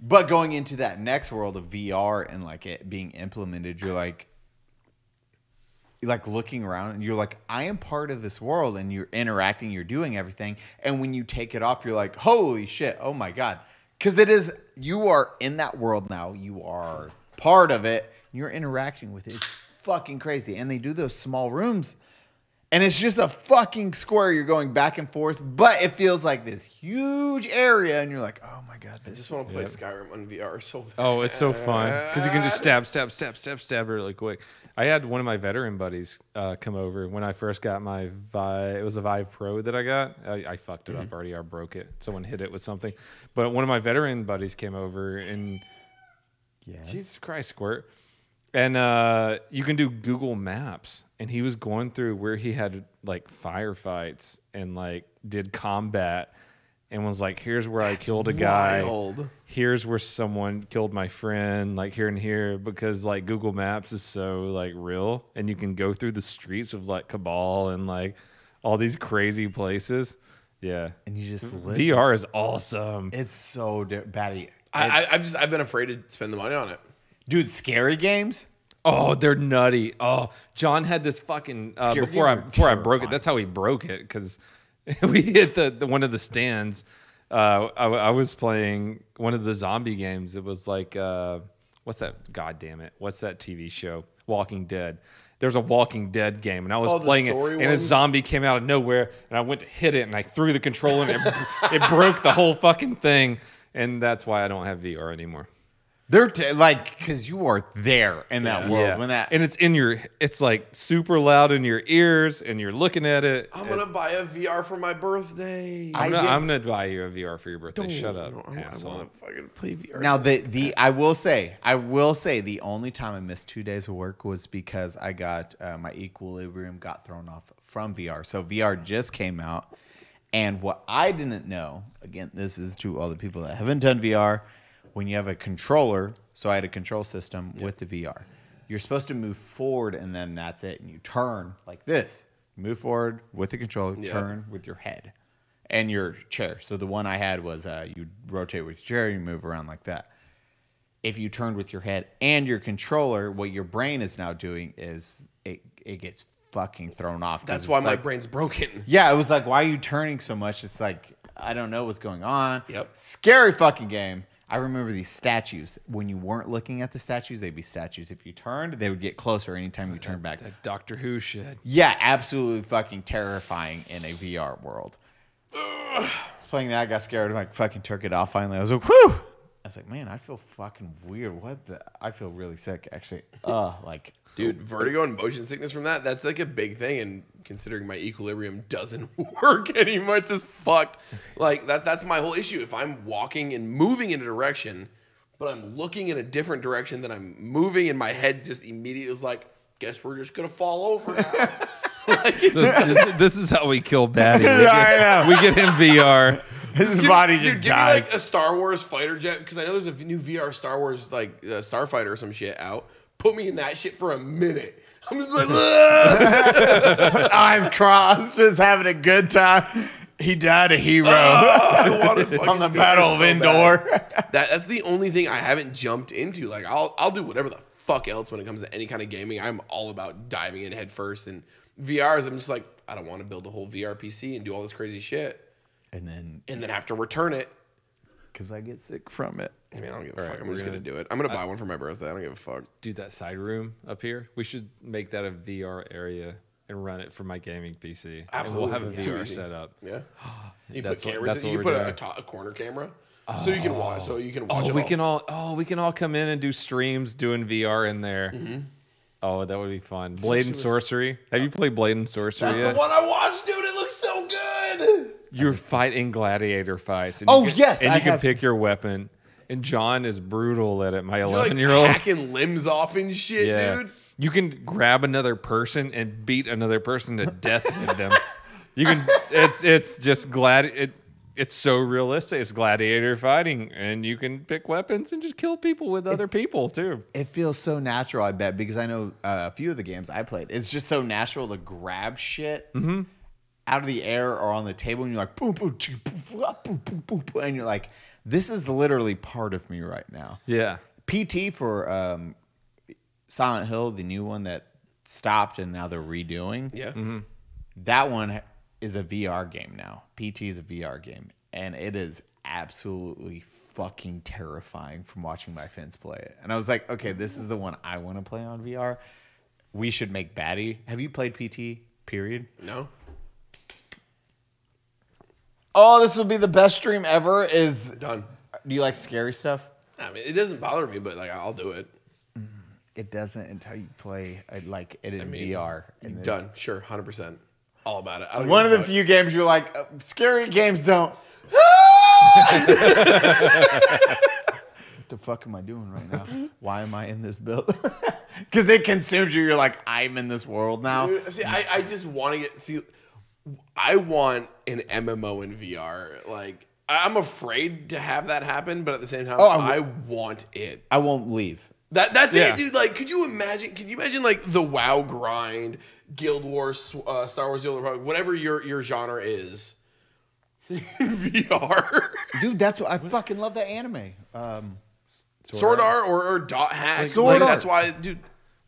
Speaker 4: But going into that next world of VR and like it being implemented, you're like, you're like looking around and you're like, I am part of this world and you're interacting, you're doing everything. And when you take it off, you're like, holy shit, oh my God. Cause it is, you are in that world now, you are part of it, you're interacting with it. It's fucking crazy. And they do those small rooms and it's just a fucking square you're going back and forth, but it feels like this huge area and you're like, oh my God,
Speaker 2: I
Speaker 4: this
Speaker 2: just want to play Skyrim on VR so bad.
Speaker 3: Oh, it's so fun because you can just stab, stab, stab, stab, stab really quick. I had one of my veteran buddies uh, come over when I first got my Vive. It was a Vive Pro that I got. I, I fucked it
Speaker 2: Mm-hmm.
Speaker 3: up already. I broke it. Someone hit it with something. But one of my veteran buddies came over and Jesus Christ, Squirt. And uh, you can do Google Maps. And he was going through where he had like firefights and like did combat and was like, here's where I killed a guy.
Speaker 2: wild.
Speaker 3: Here's where someone killed my friend, like here and here, because like Google Maps is so like real and you can go through the streets of like Cabal and like all these crazy places. Yeah.
Speaker 4: and you just
Speaker 3: Mm-hmm.
Speaker 4: live.
Speaker 3: VR is awesome.
Speaker 4: It's so di- batty.
Speaker 2: I, I, I've just I've been afraid to spend the money on it.
Speaker 4: Dude, scary games?
Speaker 3: Oh, they're nutty. Oh, John had this fucking uh,
Speaker 4: Scary
Speaker 3: before I
Speaker 4: games are
Speaker 3: before I broke it.
Speaker 4: terrifying.
Speaker 3: That's how he broke it because we hit the, the one of the stands. Uh, I, I was playing one of the zombie games. It was like uh, what's that? God damn it! What's that TV show? Walking Dead. There's a Walking Dead game, and I was
Speaker 2: Oh, the
Speaker 3: playing it,
Speaker 2: story
Speaker 3: and a
Speaker 2: ones?
Speaker 3: zombie came out of nowhere, and I went to hit it, and I threw the controller, and it, it broke the whole fucking thing, and that's why I don't have VR anymore.
Speaker 1: They're t- like, because you are there in that world
Speaker 3: Yeah.
Speaker 1: when that.
Speaker 3: and it's in your, it's like super loud in your ears, and you're looking at it.
Speaker 2: I'm gonna buy a VR for my birthday.
Speaker 3: I'm,
Speaker 4: did-
Speaker 3: gonna, I'm gonna buy you a VR for your birthday. Shut up, asshole.
Speaker 2: want to fucking play VR.
Speaker 4: Now the the I will say I will say the only time I missed two days of work was because I got uh, my equilibrium got thrown off from VR. So VR just came out, and what I didn't know again this is to all the people that haven't done VR. When you have a controller, so I had a control system with the VR. You're supposed to move forward, and then that's it. And you turn like this. Move forward with the controller. Turn with your head and your chair. So the one I had was uh, you rotate with your chair, you move around like that. If you turned with your head and your controller, what your brain is now doing is it it gets fucking thrown off. 'cause
Speaker 2: That's why
Speaker 4: it's
Speaker 2: my
Speaker 4: like-
Speaker 2: brain's broken.
Speaker 4: Yeah, it was like, why are you turning so much? It's like I don't know what's going on.
Speaker 2: Yep.
Speaker 4: Scary fucking game. I remember these statues. When you weren't looking at the statues, they'd be statues. If you turned, they would get closer anytime you turned back.
Speaker 3: Doctor Who shit.
Speaker 4: Yeah, absolutely fucking terrifying in a VR world. I was playing that, I got scared, and like fucking took it off finally. I was like, whew. I was like, man, I feel fucking weird. What the? I feel really sick, actually. Uh, like,
Speaker 2: Dude, vertigo and motion sickness from that, that's like a big thing. And considering my equilibrium doesn't work anymore, it's just fucked. Like, that, that's my whole issue. If I'm walking and moving in a direction, but I'm looking in a different direction than I'm moving, and my head just immediately is like, guess we're just going to fall over now. like, it's just,
Speaker 3: this, this is how we kill Batty. We get, we get in VR.
Speaker 4: his
Speaker 2: Give-
Speaker 4: body
Speaker 2: dude,
Speaker 4: just
Speaker 2: give
Speaker 4: died.
Speaker 2: me like a Star Wars fighter jet because I know there's a new VR Star Wars like uh, starfighter or some shit out. Put me in that shit for a minute. I'm just like, "Ugh."
Speaker 4: eyes crossed, just having a good time. He died a hero
Speaker 2: I want to
Speaker 4: on the Battle of Endor.
Speaker 2: That that's the only thing I haven't jumped into. Like I'll I'll do whatever the fuck else when it comes to any kind of gaming. I'm all about diving in head first. And VRs, I'm just like, I don't want to build a whole VR PC and do all this crazy shit
Speaker 4: and then,
Speaker 2: and then have to return it.
Speaker 4: because I get sick from it.
Speaker 2: I mean, I don't give a fuck. I'm just gonna, do it. I'm gonna buy one for my birthday. I don't give a fuck.
Speaker 3: Dude, that side room up here. We should make that a VR area and run it for my gaming PC.
Speaker 2: Absolutely,
Speaker 3: And we'll have
Speaker 2: yeah.
Speaker 3: a
Speaker 2: Too
Speaker 3: VR
Speaker 2: easy.
Speaker 3: set up.
Speaker 2: Yeah. You
Speaker 3: That's
Speaker 2: put
Speaker 3: what-
Speaker 2: cameras.
Speaker 3: that's
Speaker 2: in,
Speaker 3: what
Speaker 2: you
Speaker 3: we're
Speaker 2: put a,
Speaker 3: doing.
Speaker 2: a, to- a corner camera, so you can watch. So you can watch.
Speaker 3: Oh,
Speaker 2: it
Speaker 3: we
Speaker 2: all.
Speaker 3: can all oh we can all come in and do streams doing VR in there. Oh, that would be fun. Blade and Sorcery. Have you played Blade and Sorcery
Speaker 2: That's
Speaker 3: yet?
Speaker 2: the one I watched, dude. It looks so good.
Speaker 3: You're fighting gladiator fights. And
Speaker 4: Oh,
Speaker 3: you can,
Speaker 4: yes,
Speaker 3: and
Speaker 4: I
Speaker 3: you can
Speaker 4: have-
Speaker 3: pick your weapon. And John is brutal at it. My
Speaker 2: You're like
Speaker 3: eleven year old.
Speaker 2: hacking limbs off and shit,
Speaker 3: Yeah.
Speaker 2: dude.
Speaker 3: You can grab another person and beat another person to death with them. You can. It's it's just glad it. It's so realistic. It's gladiator fighting, and you can pick weapons and just kill people with other people too.
Speaker 4: it feels so natural, I bet, because I know uh, a few of the games I played. It's just so natural to grab shit out of the air or on the table, and you're like, boom, boom, choo, boom, wah, boom, boom, boom, boom, and you're like, this is literally part of me right now.
Speaker 3: Yeah.
Speaker 4: PT for um, Silent Hill, the new one that stopped and now they're redoing.
Speaker 2: Yeah.
Speaker 3: Mm-hmm.
Speaker 4: That one is a VR game now. PT is a VR game, and it is absolutely fucking terrifying from watching my friends play it. And I was like, okay, this is the one I want to play on VR. We should make Batty. Have you played PT? Period.
Speaker 2: No.
Speaker 4: Oh, this will be the best stream ever. Is
Speaker 2: Done.
Speaker 4: do you like scary stuff?
Speaker 2: I mean, it doesn't bother me, but like, I'll do it.
Speaker 4: It doesn't until you play uh, like it in
Speaker 2: mean,
Speaker 4: VR. And then-
Speaker 2: Done. Sure. Hundred percent. All about it. I don't
Speaker 4: One of
Speaker 2: give a
Speaker 4: the
Speaker 2: fuck.
Speaker 4: few games you're like, uh, scary games don't. what the fuck am I doing right now? Why am I in this build? Because it consumes you. You're like, I'm in this world now.
Speaker 2: Dude, See, I, I just want to get see. I want an MMO in VR. Like, I- I'm afraid to have that happen, but at the same time,
Speaker 4: I'm-
Speaker 2: I want it.
Speaker 4: I won't leave.
Speaker 2: That that's
Speaker 3: Yeah.
Speaker 2: it, dude. Like, could you imagine? Could you imagine like the WoW grind, Guild Wars, uh, Star Wars, the Old Republic, whatever your your genre is, VR,
Speaker 4: Dude, that's what I fucking love that anime. Um,
Speaker 2: Sword Art, or, or Dot Hack.
Speaker 4: Sword
Speaker 2: like, That's
Speaker 4: Art.
Speaker 2: why, dude.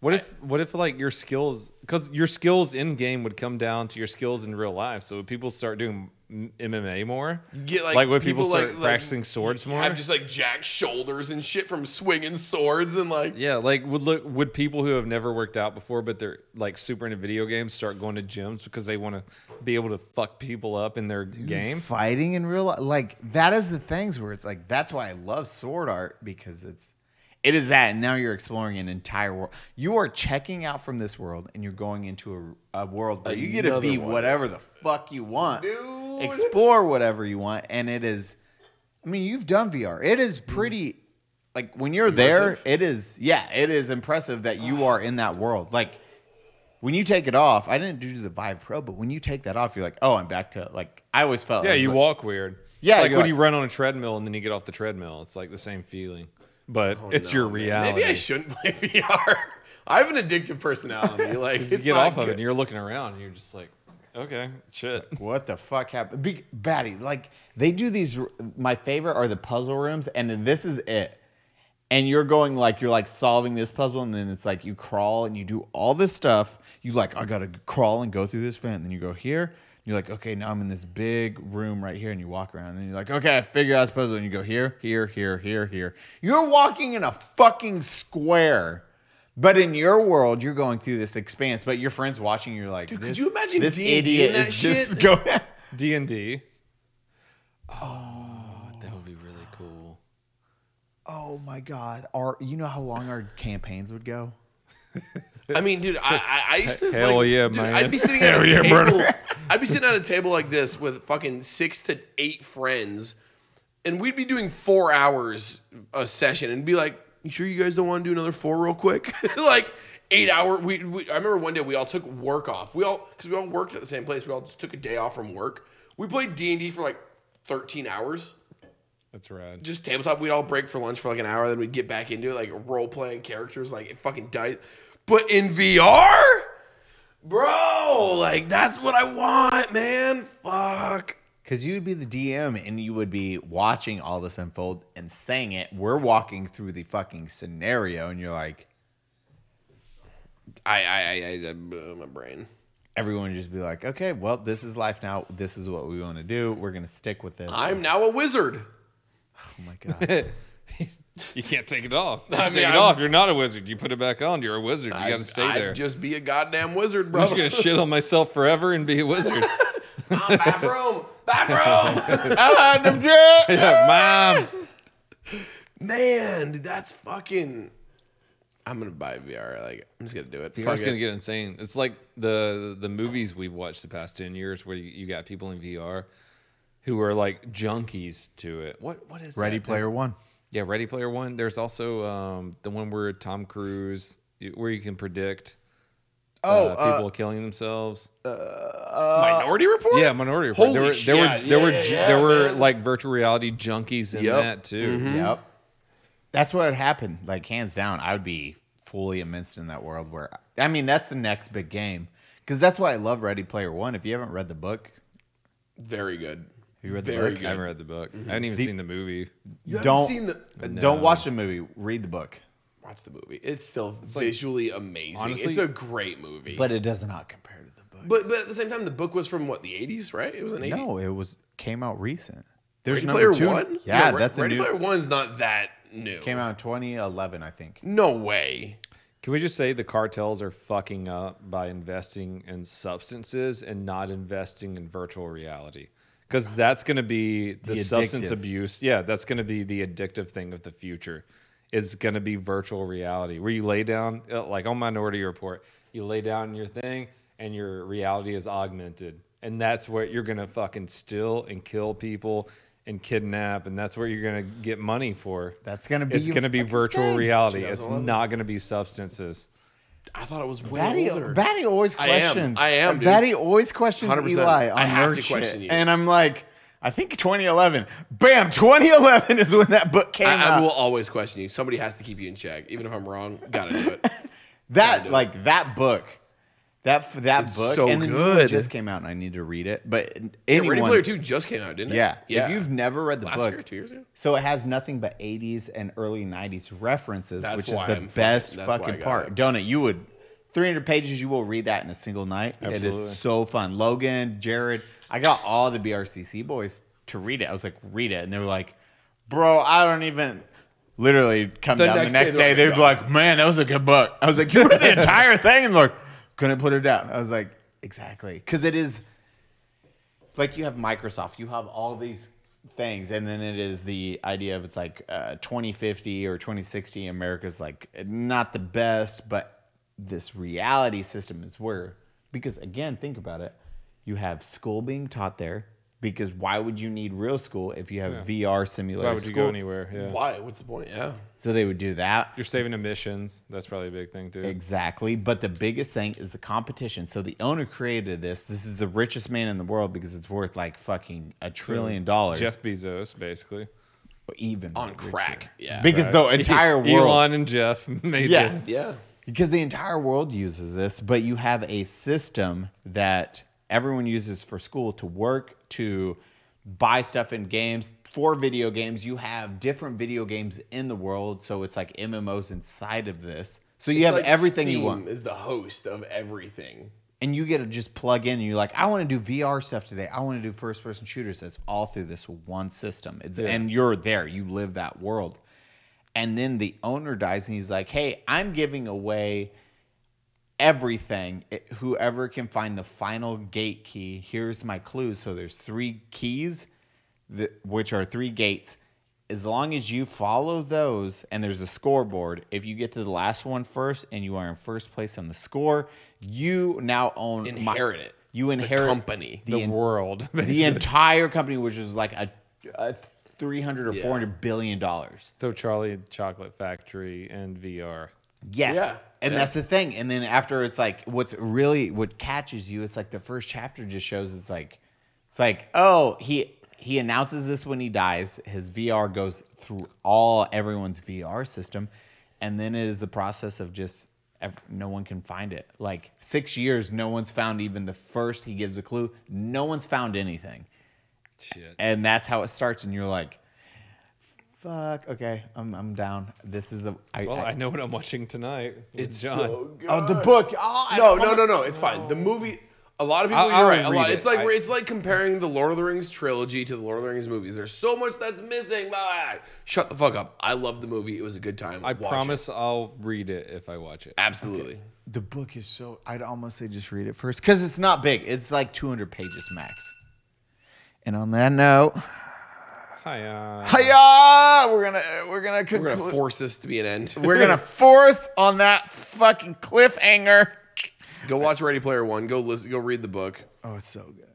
Speaker 3: What if what if like your skills because your skills in game would come down to your skills in real life. So if people start doing m- MMA more?
Speaker 2: Get, like,
Speaker 3: like when people,
Speaker 2: people, like-
Speaker 3: start
Speaker 2: like,
Speaker 3: practicing swords more.
Speaker 2: Have just like jacked shoulders and shit from swinging swords and like
Speaker 3: yeah, like would look would people who have never worked out before but they're like super into video games start going to gyms because they want to be able to fuck people up in their game?
Speaker 4: fighting in real life. Like that is the things where it's like that's why I love sword art because it's it is that and now you're exploring an entire world. You are checking out from this world and you're going into a, a world where you get to
Speaker 2: Another
Speaker 4: be
Speaker 2: one.
Speaker 4: whatever the fuck you want.
Speaker 2: Dude.
Speaker 4: Explore whatever you want and it is I mean you've done VR. It is pretty like when you're there,
Speaker 2: Immersive.
Speaker 4: it is yeah, it is impressive that you are in that world. Like when you take it off, I didn't do the Vive Pro, but when you take that off, you're like, oh, I'm back to like I always felt.
Speaker 3: Yeah,
Speaker 4: I was
Speaker 3: you
Speaker 4: like,
Speaker 3: walk weird.
Speaker 4: Yeah,
Speaker 3: It's like
Speaker 4: you're
Speaker 3: when
Speaker 4: like-
Speaker 3: you run on a treadmill and then you get off the treadmill. It's like the same feeling, but it's your reality.
Speaker 2: Oh, maybe I shouldn't play VR. I have an addictive personality. Like
Speaker 3: you
Speaker 2: it's
Speaker 3: get
Speaker 2: not
Speaker 3: off of it
Speaker 2: good.
Speaker 3: and you're looking around and you're just like, okay, shit.
Speaker 4: What the fuck happened? Be- Batty, like they do these. My favorite are the puzzle rooms, and this is it. And you're going like you're like solving this puzzle, and then it's like you crawl and you do all this stuff. You like I gotta crawl and go through this vent, and then you go here. And you're like okay, now I'm in this big room right here, and you walk around, and then you're like okay, I figured out this puzzle, and you go here, here, here, here, here. You're walking in a fucking square. But in your world, you're going through this expanse, but your friends watching, you're like,
Speaker 2: could
Speaker 4: this-
Speaker 2: you imagine
Speaker 4: this
Speaker 2: D&D in
Speaker 4: idiot
Speaker 2: that
Speaker 4: is just
Speaker 2: shit?
Speaker 4: go.
Speaker 3: D and D. Oh, that would be really cool.
Speaker 4: Oh my God! Our, you know how long our campaigns would go?
Speaker 2: I mean, dude, I, I, I used to
Speaker 3: Hell
Speaker 2: like,
Speaker 3: yeah,
Speaker 2: dude,
Speaker 3: man.
Speaker 2: I'd be sitting at a table. I'd be sitting at a table like this with fucking six to eight friends, and we'd be doing four hours a session, and be like, "You sure you guys don't want to do another four real quick?" like eight hour. We, we I remember one day we all took work off. We all because we all worked at the same place. We all just took a day off from work. We played D and D for like thirteen hours
Speaker 3: That's rad.
Speaker 2: just tabletop. We'd all break for lunch for like an hour, then we'd get back into it, like role playing characters, like it fucking dice. But in VR, bro, like that's what I want, man. Fuck.
Speaker 4: Because you'd be the DM and you would be watching all this unfold and saying it. We're walking through the fucking scenario, and you're like,
Speaker 2: I, I, I, I uh, my brain.
Speaker 4: everyone would just be like, okay, well, this is life now. This is what we want to do. We're gonna stick with this.
Speaker 2: I'm now a wizard.
Speaker 4: oh my God!
Speaker 3: You can't take it off. You
Speaker 2: I
Speaker 3: take
Speaker 2: mean,
Speaker 3: it
Speaker 2: I'm-
Speaker 3: off. You're not a wizard. You put it back on. You're a wizard. You got to stay
Speaker 2: I'd
Speaker 3: there.
Speaker 2: Just be a goddamn wizard, bro.
Speaker 3: I'm just gonna shit on myself forever and be a wizard.
Speaker 2: I'm bathroom, bathroom. Ah,
Speaker 3: Mom.
Speaker 2: man, dude, that's fucking. I'm gonna buy VR. Like I'm just gonna do it. Fuck
Speaker 3: VR's
Speaker 2: it.
Speaker 3: gonna get insane. It's like the the movies we've watched the past ten years, where you, you got people in VR who are like junkies to it. What what is
Speaker 4: Ready
Speaker 3: that?
Speaker 4: Player One.
Speaker 3: Yeah, Ready Player One. There's also um, the one where Tom Cruise, where you can predict
Speaker 2: Oh,
Speaker 3: uh,
Speaker 2: uh,
Speaker 3: people killing themselves.
Speaker 2: Minority Report.
Speaker 3: yeah, Minority Report.
Speaker 2: holy
Speaker 3: there were there
Speaker 2: shit.
Speaker 3: were there
Speaker 2: Yeah,
Speaker 3: were
Speaker 2: yeah,
Speaker 3: ju-
Speaker 2: yeah,
Speaker 3: there were
Speaker 2: man. Mm-hmm.
Speaker 3: like virtual reality junkies in
Speaker 2: Yep.
Speaker 3: that too.
Speaker 4: Yep. That's what happened. Like hands down, I would be fully immersed in that world. Where I mean, that's the next big game. Because that's why I love Ready Player One. If you haven't read the book,
Speaker 2: Very good.
Speaker 4: you read the
Speaker 2: Very
Speaker 4: book?
Speaker 3: I
Speaker 2: good.
Speaker 3: haven't read the book. I haven't even seen the movie.
Speaker 2: You haven't
Speaker 4: don't
Speaker 2: seen the-
Speaker 4: uh, don't watch the movie. Read the book.
Speaker 2: watch the movie. It's still visually amazing. it's
Speaker 3: honestly-
Speaker 2: a great movie. But,
Speaker 4: But it does not compare to the book.
Speaker 2: but at the same time, the book was from what the eighties, right? It was an eighties.
Speaker 4: No, it was came out recent. There's
Speaker 2: Ready Player
Speaker 4: number two.
Speaker 2: One.
Speaker 4: Yeah,
Speaker 2: No, Re-
Speaker 4: that's a
Speaker 2: Ready
Speaker 4: new.
Speaker 2: Player One's not that new.
Speaker 4: Came out in 2011, I think.
Speaker 2: No way.
Speaker 3: Can we just say the cartels are fucking up by investing in substances and not investing in virtual reality? Because that's going to be the,
Speaker 4: The
Speaker 3: substance
Speaker 4: addictive.
Speaker 3: abuse. Yeah, that's going to be the addictive thing of the future. Is going to be virtual reality where you lay down, uh, like on Minority Report, you lay down your thing and your reality is augmented. And that's where you're going to fucking steal and kill people and kidnap. And that's where you're going to get money for.
Speaker 4: That's gonna be
Speaker 3: It's
Speaker 4: your
Speaker 3: going to be
Speaker 4: fucking
Speaker 3: virtual
Speaker 4: thing.
Speaker 3: reality. It's not going to be substances.
Speaker 2: I thought it was way
Speaker 4: Batty,
Speaker 2: older.
Speaker 4: Batty always
Speaker 2: I am.
Speaker 4: questions.
Speaker 2: I am, dude.
Speaker 4: Batty always questions
Speaker 2: 100%.
Speaker 4: Eli on
Speaker 2: I have
Speaker 4: nerd
Speaker 2: to question you.
Speaker 4: shit. And I'm like, I think 2011. Bam, 2011 is when that book came
Speaker 2: I, I
Speaker 4: out.
Speaker 2: will always question you. Somebody has to keep you in check, even if I'm wrong. Gotta do it.
Speaker 4: that like that book. That f- that book
Speaker 2: so
Speaker 4: and the new one
Speaker 2: good.
Speaker 4: just came out and I need to read it. But
Speaker 2: Yeah,
Speaker 4: anyone,
Speaker 2: Ready Player Two just came out, didn't it?
Speaker 4: Yeah. If you've never read the
Speaker 2: Last
Speaker 4: book,
Speaker 2: year, two years ago?
Speaker 4: so it has nothing but 80s and early 90s references,
Speaker 2: That's
Speaker 4: which is
Speaker 2: why
Speaker 4: the
Speaker 2: I'm fucking-
Speaker 4: best
Speaker 2: that's why I
Speaker 4: fucking
Speaker 2: got
Speaker 4: part.
Speaker 2: it.
Speaker 4: Donut, you would 300 pages, you will read that in a single night. It
Speaker 3: Absolutely.
Speaker 4: is so fun. Logan, Jared, I got all the BRCC boys to read it. I was like, read it. And they were like, bro, I don't even. Literally, come
Speaker 2: The
Speaker 4: down
Speaker 2: next
Speaker 4: the next
Speaker 2: day,
Speaker 4: day,
Speaker 2: they're
Speaker 4: they'd
Speaker 2: like,
Speaker 4: be like, man, that was a good book. I was like, you read the entire thing? And they're like, couldn't put it down. I was like, exactly. Because it is like you have Microsoft, you have all these things, and then it is the idea of it's like uh, 2050 or 2060. America's like not the best, but this reality system is where because again, think about it. You have school being taught there because why would you need real school if you have VR simulator?
Speaker 3: Why would you
Speaker 4: school?
Speaker 3: go anywhere? Yeah.
Speaker 2: Why? What's the point? Yeah.
Speaker 4: So they would do that.
Speaker 3: You're saving emissions. That's probably a big thing too.
Speaker 4: Exactly. But the biggest thing is the competition. So the owner created this. This is the richest man in the world because it's worth like fucking a trillion dollars.
Speaker 3: Jeff Bezos, basically.
Speaker 4: even
Speaker 2: On
Speaker 4: richer.
Speaker 2: crack. Yeah.
Speaker 4: because the entire world
Speaker 3: Elon and Jeff made
Speaker 4: Yes.
Speaker 3: this.
Speaker 2: Yeah.
Speaker 4: because the entire world uses this but you have a system that everyone uses for school to work to buy stuff in games for video games you have different video games in the world so it's like mmos inside of this so you have
Speaker 2: Like
Speaker 4: everything you
Speaker 2: Steam
Speaker 4: want
Speaker 2: Is the host of everything.
Speaker 4: and you get to just plug in and you're like i want to do vr stuff today i want to do first person shooters it's all through this one system it's and you're there you live that world and then the owner dies and he's like hey i'm giving away everything It- whoever can find the final gate key here's my clue so there's three keys that, which are three gates as long as you follow those and there's a scoreboard if you get to the last one first and you are in first place on the score you now own my-
Speaker 2: Inherit it.
Speaker 4: you inherit
Speaker 2: company.
Speaker 4: the,
Speaker 3: The
Speaker 4: en-
Speaker 3: world.
Speaker 4: the
Speaker 3: Basically.
Speaker 4: entire company which is like a, a 300 or
Speaker 2: Yeah.
Speaker 4: 400 billion dollars
Speaker 3: so Charlie and Chocolate Factory and VR.
Speaker 4: Yes.
Speaker 2: Yeah.
Speaker 4: And
Speaker 2: Yeah.
Speaker 4: that's the thing. And then after it's like what's really what catches you, it's like the first chapter just shows it's like it's like, oh, he he announces this when he dies. His VR goes through all everyone's VR system. And then it is the process of just ev- no one can find it. Like six years, no one's found even the first he gives a clue. No one's found anything.
Speaker 3: Shit.
Speaker 4: And that's how it starts. And you're like, fuck, okay, I'm, I'm down. This is the. I,
Speaker 3: Well, I know what I'm watching tonight. with
Speaker 2: It's
Speaker 3: John.
Speaker 2: so good.
Speaker 4: Oh, the book. Oh, I
Speaker 2: no,
Speaker 4: don't
Speaker 2: no,
Speaker 4: wanna-
Speaker 2: no, no. It's fine. The movie. A lot of people.
Speaker 3: I'll-
Speaker 2: you're
Speaker 3: I'll
Speaker 2: right. A
Speaker 3: read
Speaker 2: lot.
Speaker 3: it.
Speaker 2: It's like
Speaker 3: I-
Speaker 2: it's like comparing the Lord of the Rings trilogy to the Lord of the Rings movies. There's so much that's missing. Blah. Shut the fuck up. I love the movie. It was a good time.
Speaker 3: I
Speaker 2: Watch it.
Speaker 3: promise I'll read it if I watch it.
Speaker 2: Absolutely.
Speaker 4: The book is so. I'd almost say just read it first because it's not big. It's like 200 pages max. And on that note,
Speaker 3: Hi, uh,
Speaker 4: hiya! We're gonna we're gonna conclude.
Speaker 2: We're gonna force this to be an end.
Speaker 4: we're gonna force on that fucking cliffhanger.
Speaker 2: go watch Ready Player One. Go listen. Go read the book.
Speaker 4: Oh, it's so good.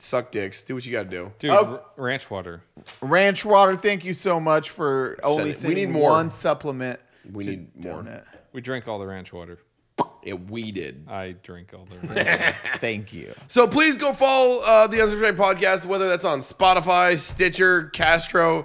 Speaker 2: Suck dicks. Do what you gotta do.
Speaker 3: dude.
Speaker 4: Oh.
Speaker 3: R- ranch water.
Speaker 4: Ranch Water, thank you so much for
Speaker 2: it. We
Speaker 4: only sending
Speaker 2: need more.
Speaker 4: one supplement.
Speaker 2: We need more.
Speaker 4: donut.
Speaker 3: We drink all the ranch water.
Speaker 2: Yeah, we did.
Speaker 3: I drink all the. Ranch.
Speaker 4: Thank you.
Speaker 2: So please go follow uh, the Unsubscribed podcast, whether that's on Spotify, Stitcher, Castro,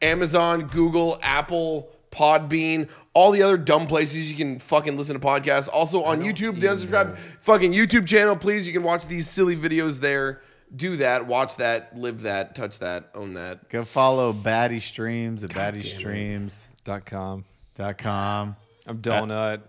Speaker 2: Amazon, Google, Apple, Podbean, all the other dumb places you can fucking listen to podcasts. Also on YouTube, the Unsubscribed fucking YouTube channel. Please, you can watch these silly videos there. Do that, watch that, live that, touch that, own that.
Speaker 4: Go follow Batty Streams at BattyStreams.com.
Speaker 3: Dot com.
Speaker 4: com.
Speaker 3: I'm donut.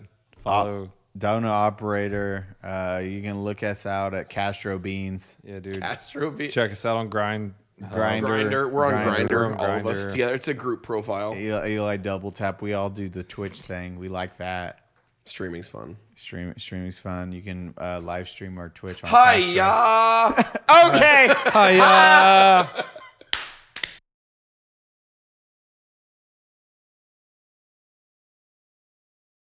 Speaker 3: Follow.
Speaker 4: Donut operator. Uh, you can look us out at Castro Beans.
Speaker 3: yeah, dude.
Speaker 2: Astro V.
Speaker 3: Check us out on Grind. uh, Hub.
Speaker 4: Grinder.
Speaker 2: Grinder. We're on
Speaker 4: Grindr.
Speaker 2: Grinder,
Speaker 3: We're on
Speaker 2: all of us
Speaker 3: Grindr.
Speaker 2: together. It's a group profile.
Speaker 4: Eli, Eli Double Tap. We all do the Twitch thing. We like that.
Speaker 2: Streaming's fun.
Speaker 4: Stream streaming's fun. You can uh, live stream our Twitch on
Speaker 2: Hi,
Speaker 4: Castro.
Speaker 3: Oh,
Speaker 2: ya.
Speaker 4: Okay.
Speaker 3: Hiya.